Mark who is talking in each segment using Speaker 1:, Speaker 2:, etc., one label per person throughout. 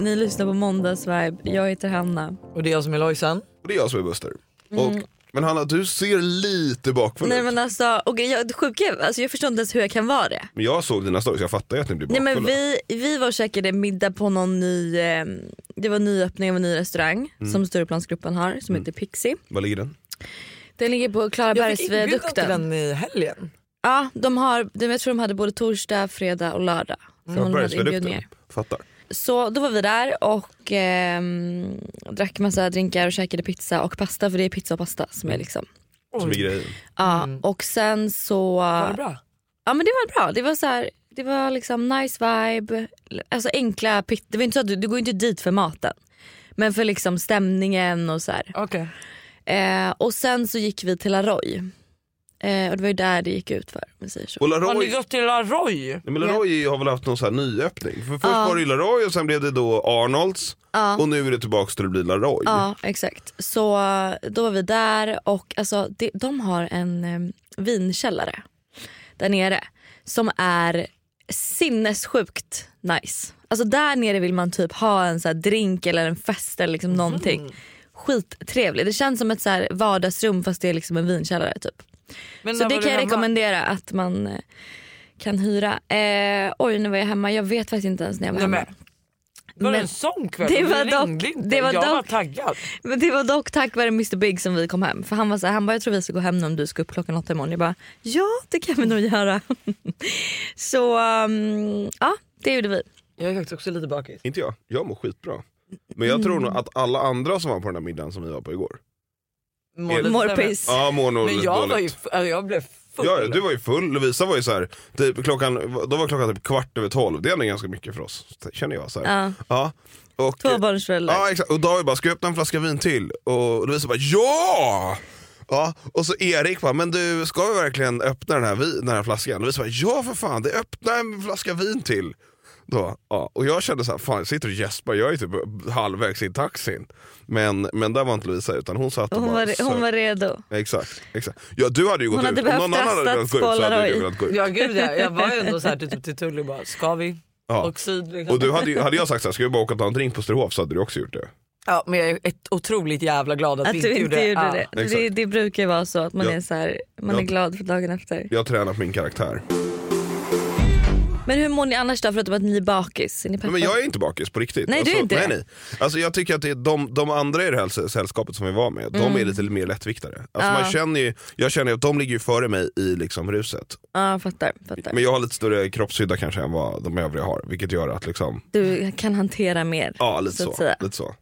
Speaker 1: Ni lyssnar på Måndagsvibe. Jag heter Hanna.
Speaker 2: Och det är jag som är Lojsan.
Speaker 3: Och det är jag som är Buster. Och, men Hanna, du ser lite bakfull
Speaker 1: Mm. Nej
Speaker 3: ut.
Speaker 1: men alltså, och jag, det sjuka är- alltså, jag förstår inte ens hur jag kan vara det.
Speaker 3: Men jag såg dina stories, jag fattar ju att ni blir
Speaker 1: Nej
Speaker 3: bakfulla.
Speaker 1: men vi, vi var och käkade middag på någon ny, eh, det var nyöppning av en ny restaurang som Stureplansgruppen har som heter Pixie.
Speaker 3: Var ligger den?
Speaker 1: Mm, Den ligger på
Speaker 2: Jag fick inbjudan till
Speaker 1: Klarabergsviadukten.
Speaker 2: den i helgen.
Speaker 1: Ja, de har, de- jag tror de hade både torsdag, fredag och lördag. Som de hade inbjudningar.
Speaker 3: Fattar.
Speaker 1: Så då var vi där och ehm, drack massa drinkar och käkade pizza och pasta för det är pizza och pasta som är liksom.
Speaker 3: Som är grejen.
Speaker 1: Ja,
Speaker 2: Mm.
Speaker 1: och sen så.
Speaker 2: Var det bra?
Speaker 1: Ja men det var bra. Det var så här, det var liksom nice vibe. Alltså enkla pitt. Det var inte så att du, du går inte dit för maten. Men för liksom stämningen och så här.
Speaker 2: Okej.
Speaker 1: Eh, och sen så gick vi till Aroy. Eh, och det var ju där det gick ut för om vi säger så.
Speaker 3: Och
Speaker 2: Har ni
Speaker 3: Laroy,
Speaker 2: gått till Aroy?
Speaker 3: Nej, men Laroy har väl haft någon så här nyöppning? För först var det ju Laroy och sen blev det då Arnolds. Och nu är det tillbaka till att bli Laroy.
Speaker 1: Ja exakt. Så då var vi där och alltså, det, de har en eh, vinkällare där nere som är sinnessjukt nice. Alltså där nere vill man typ ha en så här drink eller en fest eller liksom
Speaker 2: Mm.
Speaker 1: någonting. Skittrevligt. Det känns som ett så här vardagsrum fast det är liksom en vinkällare typ.
Speaker 2: Men
Speaker 1: Så
Speaker 2: när
Speaker 1: det
Speaker 2: var
Speaker 1: kan
Speaker 2: du
Speaker 1: jag
Speaker 2: hemma?
Speaker 1: rekommendera att man eh, kan hyra. Eh, oj nu var jag hemma, jag vet faktiskt inte ens när jag var
Speaker 2: Nej,
Speaker 1: hemma.
Speaker 2: men, var det
Speaker 1: Men-
Speaker 2: en sån kväll?
Speaker 1: Det
Speaker 2: Det
Speaker 1: var
Speaker 2: var
Speaker 1: dock-
Speaker 2: ringde inte.
Speaker 1: det var
Speaker 2: jag var
Speaker 1: dock-
Speaker 2: taggad.
Speaker 1: Men det var dock tack vare Mr Big som vi kom hem. För han var så här, han bara jag tror vi ska gå hem nu om du ska upp klockan åtta imorgon. Jag bara ja det kan vi nog göra. så um, ja det gjorde vi.
Speaker 2: Jag är faktiskt också lite bakis.
Speaker 3: Inte jag, jag mår skitbra. Men jag tror nog att alla andra som var på den här middagen som vi var på igår.
Speaker 2: Mår lite
Speaker 1: More
Speaker 2: sämre.
Speaker 1: piss.
Speaker 3: Ja, mår nog
Speaker 2: Men
Speaker 3: lite
Speaker 2: jag,
Speaker 3: dåligt.
Speaker 2: var ju, f- alltså, jag blev full.
Speaker 3: Ja, ja, du var ju full. Lovisa var ju så här, typ, klockan, då var klockan typ kvart över tolv. Det är ändå ganska mycket för oss, känner jag. Så här.
Speaker 1: Ja,
Speaker 3: Ja. Och,
Speaker 1: Tvåbarnsförälder.
Speaker 3: ja, exakt. Och David bara, ska jag öppna en flaska vin till? Och Lovisa bara, ja! Ja, och så Erik bara, men du ska vi verkligen öppna den här, vi- den här flaskan? Lovisa bara, ja för fan, det öppna en flaska vin till. Då, ja. Och jag kände så här, fan jag sitter och gäspar, jag är typ halvvägs i taxin. Men, men där var inte Lovisa utan hon satt och
Speaker 1: Hon
Speaker 3: bara
Speaker 1: var, hon
Speaker 3: söp.
Speaker 1: var redo.
Speaker 3: Exakt. exakt. Ja, du hade ju gått
Speaker 1: Hon
Speaker 3: ut.
Speaker 1: hade behövt
Speaker 3: Om någon annan hade velat
Speaker 1: testats
Speaker 3: gå ut så hade
Speaker 1: Polaroid.
Speaker 3: du velat gå ut.
Speaker 2: Ja gud ja. jag var ju ändå så här till, typ, till Tully och bara, ska vi?
Speaker 3: Ja.
Speaker 2: Och syd liksom.
Speaker 3: Och du hade, ju- hade jag sagt så här, ska vi bara åka och ta en drink på Sturehof så hade du också gjort det.
Speaker 2: Ja, men jag är ett otroligt jävla glad att,
Speaker 1: Att
Speaker 2: vi
Speaker 1: du inte gjorde det.
Speaker 3: exakt.
Speaker 1: Det, det brukar ju vara så att man
Speaker 3: Ja.
Speaker 1: är så här, man
Speaker 3: Ja.
Speaker 1: är glad för dagen efter.
Speaker 3: Jag har tränat min karaktär.
Speaker 1: Men hur mår ni annars då förutom att ni är bakis? Är ni
Speaker 3: Nej,
Speaker 1: peppade?
Speaker 3: Men jag är inte bakis på riktigt.
Speaker 1: Nej, du är inte
Speaker 3: nej,
Speaker 1: det.
Speaker 3: nej. Alltså, Jag tycker att det är de, de andra i det här säll- sällskapet som vi var med, de är lite mer lättviktare. Alltså, man känner ju, jag känner ju att de ligger ju före mig i liksom ruset.
Speaker 1: Ja fattar. fattar.
Speaker 3: Men jag har lite större kroppshydda kanske än vad de övriga har. Vilket gör att liksom,
Speaker 1: Du kan hantera mer.
Speaker 3: ja lite så.
Speaker 1: att säga.
Speaker 3: Lite så.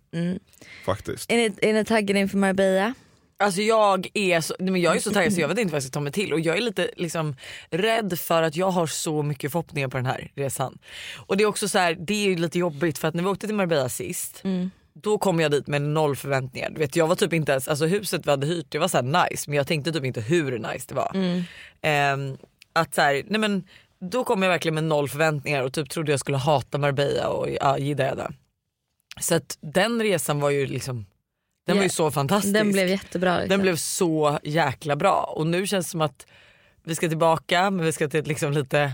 Speaker 3: Faktiskt.
Speaker 1: Är ni, är ni taggade inför Marbella?
Speaker 2: Alltså jag är så, nej men jag är så taggad så jag vet inte vad jag ska ta mig till och jag är lite liksom rädd för att jag har så mycket förhoppningar på den här resan. Och det är också så här, det är ju lite jobbigt för att när vi åkte till Marbella sist
Speaker 1: Mm,
Speaker 2: då kom jag dit med noll förväntningar. Du vet, jag var typ inte ens, alltså huset vi hade hyrt det var så här nice men jag tänkte typ inte hur nice
Speaker 1: Mm.
Speaker 2: det var. Ehm, att så här, nej men då kom jag verkligen med noll förväntningar och typ trodde jag skulle hata Marbella och ja, Jideda. Så att den resan var ju liksom den var ju
Speaker 1: Ja.
Speaker 2: så fantastisk.
Speaker 1: Den blev jättebra. Liksom.
Speaker 2: Den blev så jäkla bra och nu känns det som att vi ska tillbaka men vi ska till ett liksom lite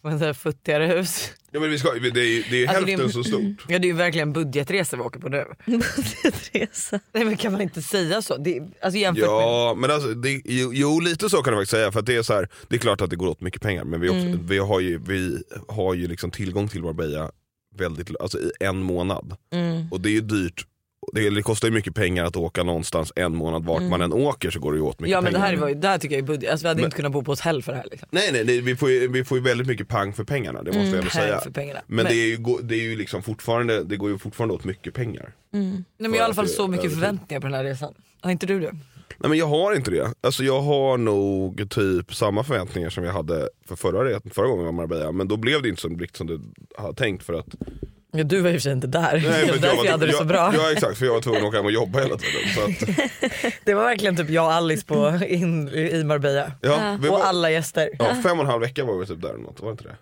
Speaker 2: vad man säger, futtigare hus.
Speaker 3: Ja, men vi ska, det är ju, det är ju
Speaker 2: Alltså, det är-
Speaker 3: hälften så stort.
Speaker 2: Ja det är ju verkligen budgetresa vi åker på nu.
Speaker 1: Budgetresa.
Speaker 2: Nej men kan man inte säga så? Det, alltså jämfört med...
Speaker 3: Ja, men alltså, det, jo, jo lite så kan jag faktiskt säga. För att det, är så här, det är klart att det går åt mycket pengar men vi, också, vi har ju, vi har ju liksom tillgång till Marbella väldigt, alltså, i en månad.
Speaker 2: Mm.
Speaker 3: Och det är ju dyrt. Det, det kostar ju mycket pengar att åka någonstans en månad. Vart man än åker så går det ju åt mycket
Speaker 2: Mm. Ja men det
Speaker 3: pengar.
Speaker 2: här, var ju, det här tycker jag är budget, alltså, vi hade inte kunnat bo på hotell för det här. Liksom.
Speaker 3: Nej nej, nej vi, får ju, vi får ju väldigt mycket pang för pengarna, det måste jag ändå
Speaker 2: pang
Speaker 3: säga.
Speaker 2: för pengarna. Mm,
Speaker 3: Men,
Speaker 2: Men-
Speaker 3: det, är ju, gå- det, är ju liksom fortfarande, det går ju fortfarande åt mycket pengar.
Speaker 1: Mm.
Speaker 2: Nej, men jag har i alla fall
Speaker 3: det är
Speaker 2: så mycket
Speaker 3: övertid.
Speaker 2: förväntningar på den här resan. Har inte du det?
Speaker 3: Nej men jag har inte det. Alltså jag har nog typ samma förväntningar som jag hade för förra, re- förra gången jag var i Marbella. Men då blev det inte som riktigt som du hade tänkt för att...
Speaker 2: Ja, du var i och för sig inte där.
Speaker 3: Nej,
Speaker 2: det
Speaker 3: för
Speaker 2: var
Speaker 3: att
Speaker 2: därför jag hade det så bra.
Speaker 3: Ja exakt, för jag var tvungen att åka hem och jobba hela tiden. Så att,
Speaker 2: Det var verkligen typ jag och Alice på, in, i Marbella.
Speaker 3: ja, vi
Speaker 2: Och
Speaker 3: var,
Speaker 2: alla gäster.
Speaker 3: ja, fem och en halv vecka var vi typ där eller något, var det inte det?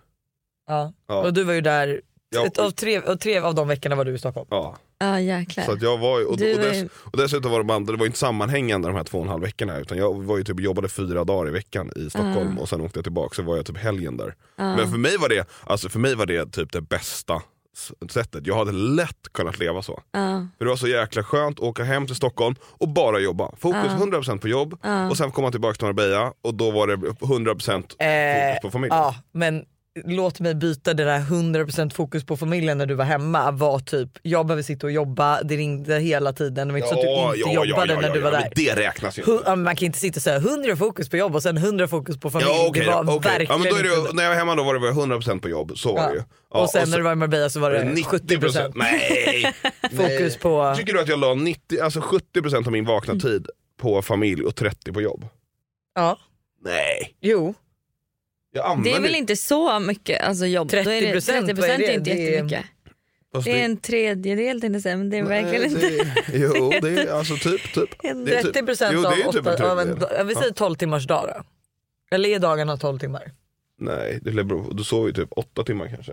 Speaker 2: Ja.
Speaker 3: Ja.
Speaker 2: Och du var ju där,
Speaker 3: Ja,
Speaker 2: ett, av tre, och tre av de veckorna var du i Stockholm.
Speaker 3: Ja,
Speaker 1: Ja jäklar.
Speaker 3: så att jag var ju, och, och,
Speaker 1: Du var ju-
Speaker 3: dess, och dessutom var de andra, det var ju inte sammanhängande de här två och en halv veckorna utan jag var ju typ, jobbade fyra dagar i veckan i Stockholm
Speaker 2: Ah.
Speaker 3: och sen åkte jag tillbaka så var jag typ helgen där. Men för mig var det, alltså för mig var det typ det bästa s- sättet. Jag hade lätt kunnat leva så.
Speaker 1: Ja.
Speaker 3: För det var så jäkla skönt att åka hem till Stockholm och bara jobba.
Speaker 2: Ah.
Speaker 3: Fokus
Speaker 1: Ja.
Speaker 3: 100% på jobb och sen komma tillbaka till Marbella och då var det 100% fokus
Speaker 2: Eh,
Speaker 3: på familjen.
Speaker 2: ja, men låt mig byta det där 100% fokus på familjen när du var hemma var typ jag behöver sitta och jobba, det ringde hela tiden. Det var inte så att du inte jobbade när du var
Speaker 3: men
Speaker 2: där.
Speaker 3: Det räknas ju
Speaker 2: Hu-
Speaker 3: inte.
Speaker 2: ja, men man kan inte sitta och säga 100 fokus på jobb och sen 100 fokus på familj.
Speaker 3: Ja, okej,
Speaker 2: det var
Speaker 3: ja, okej.
Speaker 2: verkligen
Speaker 3: ja, men då är det, ju-
Speaker 2: inte-
Speaker 3: När jag var hemma då var det bara 100% på jobb, så var
Speaker 2: Ja.
Speaker 3: det ju. Ja,
Speaker 2: och sen när du var i Marbella så var det 70 procent
Speaker 3: Nej!
Speaker 2: fokus på...
Speaker 3: Tycker du att jag la 90, alltså 70% av min vakna
Speaker 2: Mm.
Speaker 3: tid på familj och 30% på jobb?
Speaker 2: Ja,
Speaker 3: Nej.
Speaker 2: jo.
Speaker 3: Jag
Speaker 1: Det är
Speaker 3: använder
Speaker 1: väl inte så mycket alltså, jobb.
Speaker 2: 30%,
Speaker 1: Då är det, 30
Speaker 2: vad är det?
Speaker 1: är inte
Speaker 2: Det är-
Speaker 1: jättemycket.
Speaker 3: fast
Speaker 1: Det är en tredjedel tänkte jag säga men det är
Speaker 3: Nej,
Speaker 1: verkligen inte.
Speaker 3: det- Jo, det är alltså typ. typ. Det är typ-
Speaker 2: 30 procent
Speaker 3: Jo, det är
Speaker 2: av,
Speaker 3: ju typ en
Speaker 2: åtta- av en,
Speaker 3: tredjedel.
Speaker 2: ja, vi säger 12 timmars dag då. Eller är dagarna 12 timmar?
Speaker 3: Nej, det beror på. Du sover ju typ åtta timmar kanske.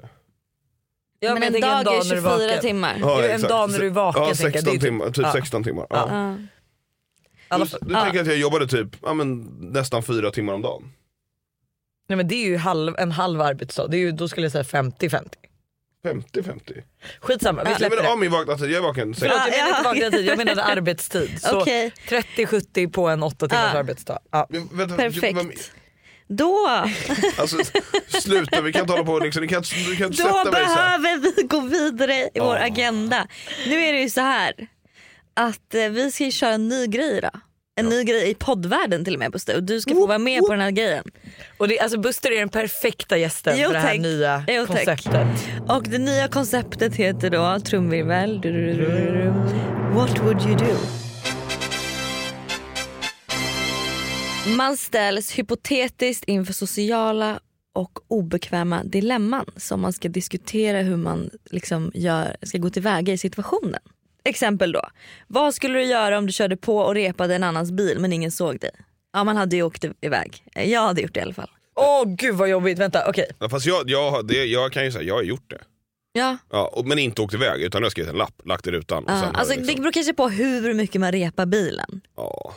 Speaker 2: Ja,
Speaker 1: men
Speaker 2: jag
Speaker 1: en
Speaker 2: tänker
Speaker 1: dag
Speaker 2: när
Speaker 1: är
Speaker 2: du är
Speaker 1: 24
Speaker 2: vaken.
Speaker 1: timmar.
Speaker 3: Ja,
Speaker 2: en
Speaker 3: exakt.
Speaker 2: dag när du är vaken,
Speaker 3: Ja,
Speaker 2: tänker jag.
Speaker 3: 16
Speaker 2: Det är typ-
Speaker 3: timmar. Typ
Speaker 2: ja.
Speaker 3: 16 timmar. Ja.
Speaker 1: Ja.
Speaker 2: Alla,
Speaker 3: Du, du tänker att jag jobbade typ ja, men, nästan fyra timmar om dagen.
Speaker 2: nej, men det är ju halv, en halv arbetsdag. Det är ju, då skulle jag säga 50-50.
Speaker 3: 50-50.
Speaker 2: Skitsamma, vi
Speaker 3: Nej,
Speaker 2: släpper
Speaker 3: men
Speaker 2: det.
Speaker 3: av min vakna tid, jag är vaken. sex-
Speaker 2: Förlåt, jag menade
Speaker 1: Ja,
Speaker 2: inte
Speaker 1: ja.
Speaker 2: vakna tid, jag menade arbetstid. Så
Speaker 1: Okej.
Speaker 2: 30-70 på en 8 timmars
Speaker 1: Ja.
Speaker 2: arbetsdag. Ja.
Speaker 3: Men vänta, men-
Speaker 1: Perfekt. Då,
Speaker 3: Alltså, sluta, vi kan inte hålla på liksom, du kan, inte- du kan inte
Speaker 1: då
Speaker 3: sätta mig så här.
Speaker 1: behöver vi gå vidare i vår
Speaker 3: Ah.
Speaker 1: agenda. Nu är det ju så här att eh, vi ska ju köra en ny grej idag. En ny grej i poddvärlden till och med Buster och du ska få vara med på den här grejen.
Speaker 2: Och det, alltså Buster är den perfekta gästen
Speaker 1: Jo,
Speaker 2: för det här
Speaker 1: tack.
Speaker 2: nya
Speaker 1: Jo, tack.
Speaker 2: konceptet.
Speaker 1: Och det nya konceptet heter då trumvirvel. du- du- du- du- du- What would you do? Man ställs hypotetiskt inför sociala och obekväma dilemman som man ska diskutera hur man liksom gör, ska gå tillväga i situationen. Exempel då. Vad skulle du göra om du körde på och repade en annans bil men ingen såg dig? Ja man hade ju åkt iväg. Jag hade gjort det i alla fall.
Speaker 2: Åh gud vad jobbigt, vänta okej.
Speaker 3: Ja, Fast jag, jag, har- det, jag kan ju säga, jag har gjort det.
Speaker 1: Ja,
Speaker 3: Ja, och, men inte åkt iväg utan jag har skrivit en lapp, lagt i rutan. Och sen
Speaker 1: ja.
Speaker 3: har jag
Speaker 1: Alltså, det
Speaker 3: liksom,
Speaker 1: beror kanske på hur mycket man repar bilen.
Speaker 3: ja,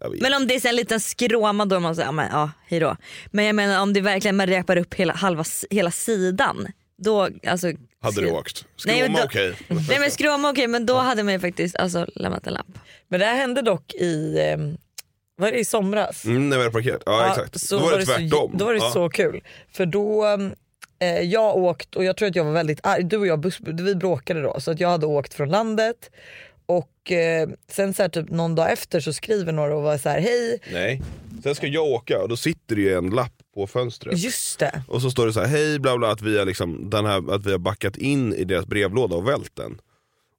Speaker 3: jag vet.
Speaker 1: Men om det är så en liten skråma då är man säger ja, men, ja hejdå. Men jag menar om det verkligen man repar upp hela, halva, s- hela sidan. Då, alltså,
Speaker 3: Hade du
Speaker 1: skri-
Speaker 3: åkt?
Speaker 1: Nej, men
Speaker 3: Skråma
Speaker 1: då-
Speaker 3: okej.
Speaker 1: Nej men skråma okej men då hade man ju faktiskt alltså, lämnat en lapp.
Speaker 2: Men det här hände dock i, ehm, vad är det, i somras.
Speaker 3: Mm, när vi hade parkerat, ja,
Speaker 2: Ja,
Speaker 3: exakt.
Speaker 2: så
Speaker 3: då var det
Speaker 2: så-
Speaker 3: tvärtom.
Speaker 2: Då var det
Speaker 3: ja.
Speaker 2: så kul. För då, eh, jag åkt och jag tror att jag var väldigt arg. Du och jag bus- vi bråkade då så att jag hade åkt från landet och eh, sen så här, typ någon dag efter så skriver några och var så här hej
Speaker 3: Nej. Sen ska jag åka och då sitter det ju en lapp på fönstret.
Speaker 2: just det.
Speaker 3: Och så står det så här, hej bla bla, att vi, har liksom, den här, att vi har backat in i deras brevlåda och vält den.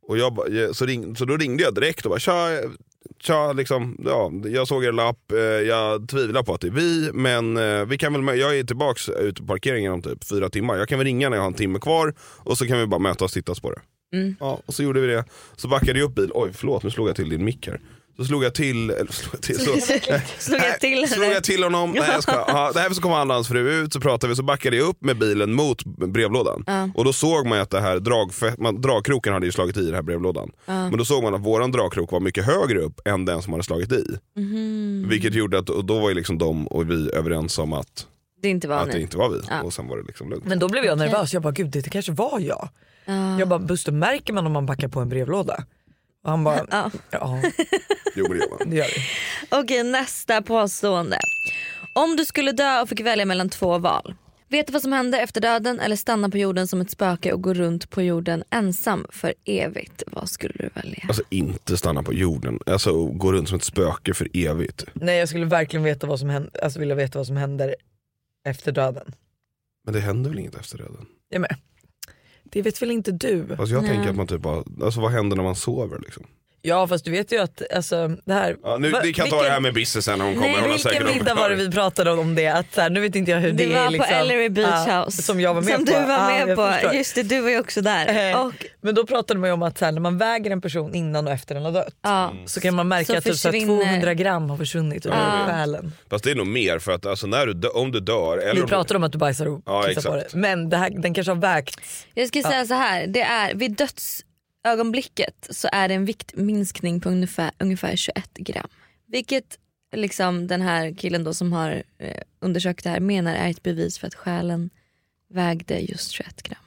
Speaker 3: Och jag, ba- jag- så, ring, så då ringde jag direkt och bara tja, tja liksom, ja, jag såg er lapp, eh, jag tvivlar på att det är vi, men eh, vi kan väl, mö- jag är tillbaks ute på parkeringen om typ fyra timmar, jag kan väl ringa när jag har en timme kvar och så kan vi bara mötas och tittas på det.
Speaker 1: Mm.
Speaker 3: Ja, och så gjorde vi det, så backade jag upp bil, oj förlåt nu slog jag till din mick här. Så slog jag till, eller slog jag till, så,
Speaker 1: Slog jag till
Speaker 3: Nej,
Speaker 1: henne?
Speaker 3: Äh, slog jag till honom. Nej, jag skojar. ja, nej, så kom han och hans fru ut, så pratade vi, så backade jag upp med bilen mot brevlådan.
Speaker 1: Ja.
Speaker 3: Och då såg man ju att det här dragfä- man, dragkroken hade ju slagit i den här brevlådan.
Speaker 1: Ja.
Speaker 3: Men då såg man att våran dragkrok var mycket högre upp än den som hade slagit i.
Speaker 1: Mhm.
Speaker 3: Vilket gjorde att och då var ju liksom de och vi överens om att,
Speaker 1: Det är inte vad
Speaker 3: att det
Speaker 1: nu.
Speaker 3: inte var vi.
Speaker 1: Ja.
Speaker 3: Och sen var det liksom lugnt.
Speaker 2: Men då blev jag nervös. Jag bara gud det kanske var jag.
Speaker 1: Ja.
Speaker 2: Jag bara Buster märker man om man backar på en brevlåda? Och han bara
Speaker 1: Ja.
Speaker 2: ja
Speaker 3: Jo, men det gör man.
Speaker 2: det gör vi.
Speaker 1: Okej nästa påstående. Om du skulle dö och fick välja mellan två val. Vet du vad som händer efter döden eller stanna på jorden som ett spöke och gå runt på jorden ensam för evigt? Vad skulle du välja?
Speaker 3: Alltså inte stanna på jorden, alltså gå runt som ett spöke för evigt.
Speaker 2: Nej jag skulle verkligen veta vad som händer, alltså vilja veta vad som händer efter döden.
Speaker 3: Men det händer väl inget efter döden?
Speaker 2: Jag med. Det vet väl inte du?
Speaker 3: Alltså jag
Speaker 1: Nej.
Speaker 3: tänker att man typ bara, alltså vad händer när man sover liksom?
Speaker 2: Ja fast du vet ju att alltså, det här...
Speaker 3: Ja, nu,
Speaker 2: Va-
Speaker 3: vi kan ta det här med Bisse sen när hon kommer. hon
Speaker 2: Nej,
Speaker 3: har
Speaker 2: vilken
Speaker 3: säkert en
Speaker 2: middag var det vi pratade om det? Att, så här, nu vet inte jag hur det,
Speaker 1: Det var
Speaker 2: är. Liksom,
Speaker 1: på Ellery Beach
Speaker 2: Ja,
Speaker 1: House.
Speaker 2: Som jag var med
Speaker 1: som
Speaker 2: på.
Speaker 1: du var
Speaker 2: Ja,
Speaker 1: med
Speaker 2: jag
Speaker 1: på.
Speaker 2: förstår.
Speaker 1: Just det, du var ju också där.
Speaker 2: Eh,
Speaker 1: Och,
Speaker 2: Men då pratade man ju om att så här, när man väger en person innan och efter den har dött
Speaker 1: ja.
Speaker 3: Mm.
Speaker 2: så kan man märka
Speaker 1: Så
Speaker 2: att typ, så här,
Speaker 1: försvinner-
Speaker 2: 200 gram har försvunnit ur
Speaker 1: Ja.
Speaker 2: själen.
Speaker 3: Fast det är nog mer för att alltså, när du dö, om du dör eller
Speaker 2: Vi pratade om att du bajsar och
Speaker 3: Ja,
Speaker 2: kissar på det.
Speaker 3: exakt.
Speaker 2: Men det här, den kanske har vägt.
Speaker 1: Jag ska säga så här, det är, vid dödsögonblicket så är det en viktminskning på ungefär, ungefär 21 gram. Vilket liksom den här killen då som har eh, undersökt det här menar är ett bevis för att själen vägde just 21 gram.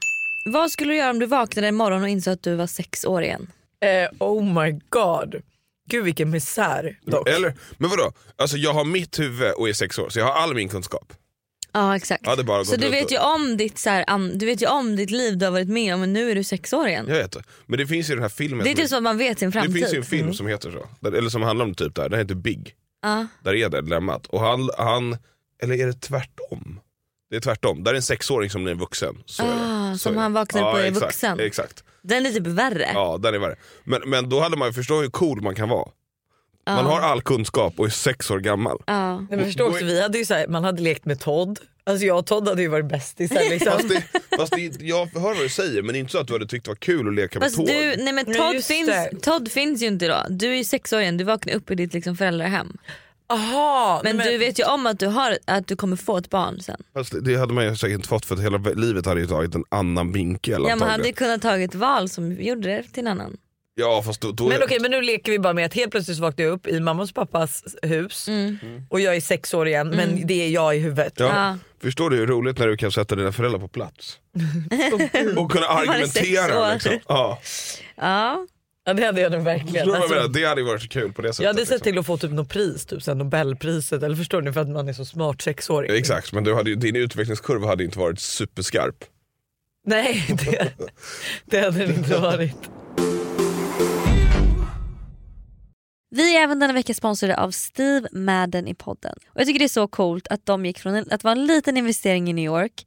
Speaker 4: Vad skulle du göra om du vaknade en morgon och insåg att du var sex år igen?
Speaker 5: Eh, oh my god. Gud vilken misär dock.
Speaker 3: Eller, men vadå? Alltså, jag har mitt huvud och är sex år så jag har all min kunskap.
Speaker 4: Ja exakt.
Speaker 3: Ja, det är bara att
Speaker 4: så
Speaker 3: gå
Speaker 4: du
Speaker 3: runt
Speaker 4: vet,
Speaker 3: och-
Speaker 4: ju om ditt, så här, an- du vet ju om ditt liv du har varit med om men nu är du sex år igen.
Speaker 3: Jag vet det. Men det finns ju den här filmen.
Speaker 4: det är
Speaker 3: som-
Speaker 4: typ så att man vet sin
Speaker 3: det
Speaker 4: framtid. Mm.
Speaker 3: finns ju en film som heter så. Där, eller som handlar om typ det här. Den heter Big.
Speaker 4: Ja.
Speaker 3: Där är det dilemmat. Och han, han, eller är det tvärtom? Det är tvärtom. Där är en sexåring som blir en vuxen. Så är det.
Speaker 4: Ah,
Speaker 3: Så
Speaker 4: som
Speaker 3: är det.
Speaker 4: han vaknar på är
Speaker 3: exakt,
Speaker 4: vuxen.
Speaker 3: Exakt.
Speaker 4: Den är typ värre.
Speaker 3: Ja, den är värre. Men, men då hade man ju förstått hur cool man kan vara.
Speaker 4: Ja.
Speaker 3: Man har all kunskap och är sex år gammal.
Speaker 4: Ja.
Speaker 5: Nej, men förstår också, vi hade ju så här, man hade lekt med Todd. Alltså jag och Todd hade ju varit bästisar
Speaker 3: Fast,
Speaker 5: liksom.
Speaker 3: det, fast det, jag hör vad du säger men det är inte så att du hade tyckt det var kul att leka med
Speaker 4: Fast
Speaker 3: tåg.
Speaker 4: du, nej men
Speaker 5: Nej,
Speaker 4: Todd,
Speaker 5: just det.
Speaker 4: finns, Todd finns ju inte idag. Du är ju sex år igen, du vaknar upp i ditt liksom föräldrahem.
Speaker 5: Aha, nej,
Speaker 4: Men, du vet ju om att du, har, att du kommer få ett barn sen.
Speaker 3: Fast det hade man ju säkert inte fått för att hela livet hade ju tagit en annan vinkel
Speaker 4: Ja, man
Speaker 3: antagligen.
Speaker 4: hade ju kunnat ta ett val som gjorde det till en annan.
Speaker 3: Ja fast då, då
Speaker 5: Men okej, men nu leker vi bara med att helt plötsligt så vaknar jag upp i mammas och pappas hus och jag är sex år igen men det är jag i huvudet.
Speaker 3: ja.
Speaker 4: Ja.
Speaker 3: Förstår du hur roligt när du kan sätta dina föräldrar på plats? och kunna
Speaker 4: är sex
Speaker 3: argumentera
Speaker 4: år.
Speaker 3: liksom. Ja.
Speaker 4: Ja.
Speaker 5: Ja, det hade jag nog verkligen.
Speaker 3: Förstår du vad jag
Speaker 5: Alltså,
Speaker 3: menar? Det hade ju varit så kul på det sättet.
Speaker 5: jag hade sett
Speaker 3: liksom.
Speaker 5: till att få typ något pris, typ så här Nobelpriset eller förstår ni för att man är så smart sexåring.
Speaker 4: typ-
Speaker 3: Exakt men du hade, ju- din utvecklingskurva hade inte varit superskarp.
Speaker 5: Nej det, det hade det inte varit.
Speaker 1: Vi är även denna vecka sponsrade av Steve Madden i podden. Och jag tycker det är så coolt att de gick från en, att vara en liten investering i New York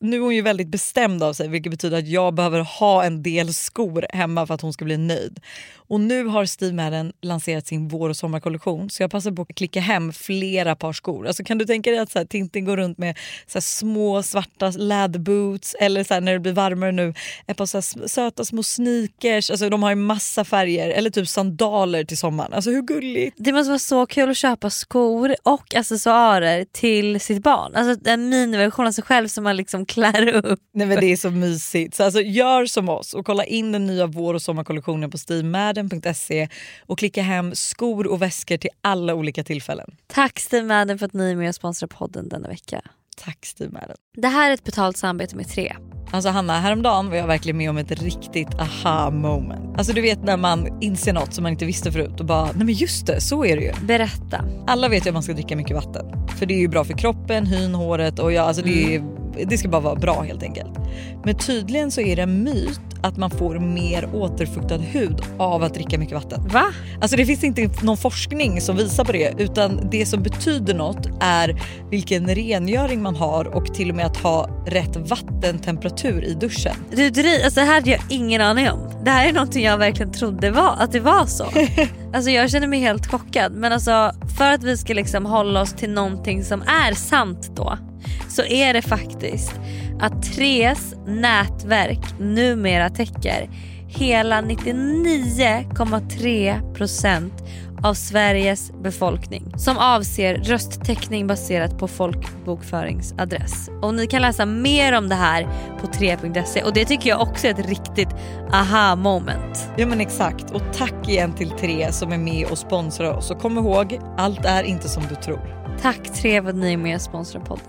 Speaker 2: Nu är hon ju väldigt bestämd av sig vilket betyder att jag behöver ha en del skor hemma för att hon ska bli nöjd. Och Nu har Steve Madden lanserat sin vår och sommarkollektion så jag passar på att klicka hem flera par skor. Alltså, kan du tänka dig att så här, Tintin går runt med så här, små svarta läderboots eller så här, när det blir varmare nu ett par så här, sm- söta små sneakers. Alltså, de har ju massa färger. Eller typ sandaler till sommaren. Alltså, hur gulligt?
Speaker 1: Det måste vara så kul att köpa skor och accessoarer till sitt barn. Alltså en miniversion av sig själv som man liksom klär upp.
Speaker 2: Nej men det är så mysigt. Så alltså, gör som oss och kolla in den nya vår och sommarkollektionen på steamadden.se och klicka hem skor och väskor till alla olika tillfällen.
Speaker 1: Tack Steve Madden för att ni är med och sponsrar podden denna vecka.
Speaker 2: Tack Steamadden.
Speaker 1: Det här är ett betalt samarbete med Tre.
Speaker 2: Alltså Hanna, häromdagen var jag verkligen med om ett riktigt aha moment. Alltså du vet när man inser något som man inte visste förut och bara nej men just det, så är det ju.
Speaker 1: Berätta.
Speaker 2: Alla vet ju att man ska dricka mycket vatten. För det är ju bra för kroppen, hyn, håret och ja, alltså det, är, det ska bara vara bra helt enkelt. Men tydligen så är det en myt att man får mer återfuktad hud av att dricka mycket vatten.
Speaker 1: Va?
Speaker 2: Alltså det finns inte någon forskning som visar på det utan det som betyder något är vilken rengöring man har och till och med att ha rätt vattentemperatur i duschen.
Speaker 1: Du, dri- alltså, det här hade jag ingen aning om. Det här är någonting jag verkligen trodde var, att det var så. alltså, jag känner mig helt chockad. Men alltså, för att vi ska liksom hålla oss till någonting som är sant då så är det faktiskt att Tres nätverk numera täcker hela 99,3% av Sveriges befolkning som avser rösttäckning baserat på folkbokföringsadress. Och ni kan läsa mer om det här på 3.se och det tycker jag också är ett riktigt aha moment.
Speaker 2: Ja men exakt och tack igen till tre som är med och sponsrar oss och kom ihåg allt är inte som du tror.
Speaker 1: Tack Tre för att ni är med och sponsrar podden.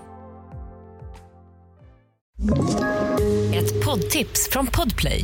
Speaker 6: Ett poddtips från Podplay.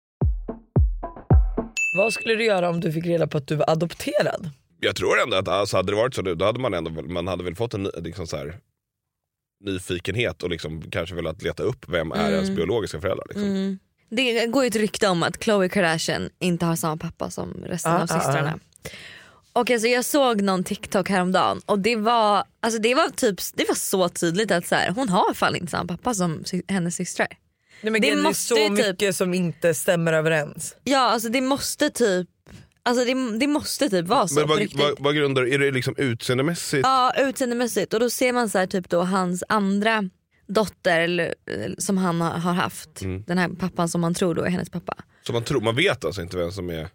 Speaker 5: Vad skulle du göra om du fick reda på att du var adopterad?
Speaker 3: Jag tror ändå att alltså, hade det varit så nu då hade man ändå väl- man hade väl fått en ny- liksom, så här,
Speaker 1: Mm.
Speaker 3: nyfikenhet och liksom, kanske velat leta upp vem är ens biologiska föräldrar. Liksom.
Speaker 4: Mm.
Speaker 1: Det går ju ett rykte om att Khloe Kardashian inte har samma pappa som resten
Speaker 3: Ah,
Speaker 2: Ja,
Speaker 1: av
Speaker 2: ja, ja.
Speaker 1: systrarna. Och alltså jag såg någon TikTok häromdagen och det var, alltså det var, typ, det var så tydligt att så här, hon har fan inte samma pappa som sy- hennes systrar.
Speaker 2: Nej, men
Speaker 1: Det
Speaker 2: det, är
Speaker 1: måste
Speaker 2: så
Speaker 1: ju typ-
Speaker 2: mycket som inte stämmer överens.
Speaker 1: Ja alltså det måste typ, alltså det, det måste typ vara så
Speaker 3: Men
Speaker 1: på
Speaker 3: vad,
Speaker 1: riktigt.
Speaker 3: vad, vad grundar Är det liksom utseendemässigt?
Speaker 1: Ja utseendemässigt och då ser man så här, typ då hans andra dotter eller, eller som han har har haft,
Speaker 3: Mm.
Speaker 1: den här pappan som man tror då är hennes pappa.
Speaker 3: Som man tror, man vet alltså inte vem som är...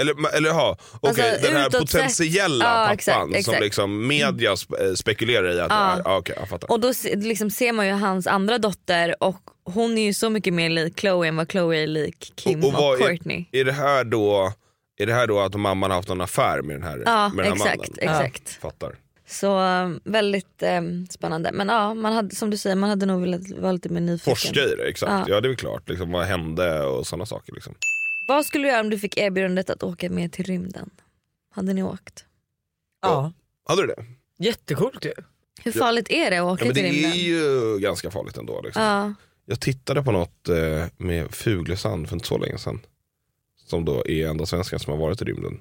Speaker 3: Eller, ma- eller ja, okej
Speaker 1: Alltså,
Speaker 3: den här
Speaker 1: utåt sett-
Speaker 3: potentiella
Speaker 1: Ja,
Speaker 3: pappan
Speaker 1: exakt,
Speaker 3: som
Speaker 1: exakt.
Speaker 3: liksom media sp- eh, spekulerar i att
Speaker 1: Ja.
Speaker 3: det är. Ja, okej, jag fattar.
Speaker 1: Och då se- liksom ser man ju hans andra dotter och hon är ju så mycket mer lik Chloe än vad Chloe är lik Kim
Speaker 3: Och-
Speaker 1: och,
Speaker 3: och vad är-
Speaker 1: Courtney.
Speaker 3: Är det här då är det här då att mamman har haft någon affär med den här,
Speaker 1: Ja
Speaker 3: med den här
Speaker 1: exakt.
Speaker 3: mannen?
Speaker 1: exakt.
Speaker 3: Fattar.
Speaker 1: Så eh, väldigt eh, spännande. Men ja, man hade, som du säger man hade nog velat vara lite mer nyfiken.
Speaker 3: Forska i det, exakt. Ja,
Speaker 1: Ja.
Speaker 3: det är väl klart. Liksom, vad hände och sådana saker. Liksom.
Speaker 1: Vad skulle du göra om du fick erbjudandet att åka med till rymden? Hade ni åkt?
Speaker 2: Ja.
Speaker 3: Hade du det?
Speaker 2: Jättecoolt ju.
Speaker 1: Hur farligt är det att åka
Speaker 3: Ja, men det
Speaker 1: till
Speaker 3: är
Speaker 1: rymden?
Speaker 3: ju ganska farligt ändå. Liksom.
Speaker 1: Ja.
Speaker 3: Jag tittade på något eh, med Fuglesand för inte så länge sedan. Som då är enda svenskan som har varit i rymden.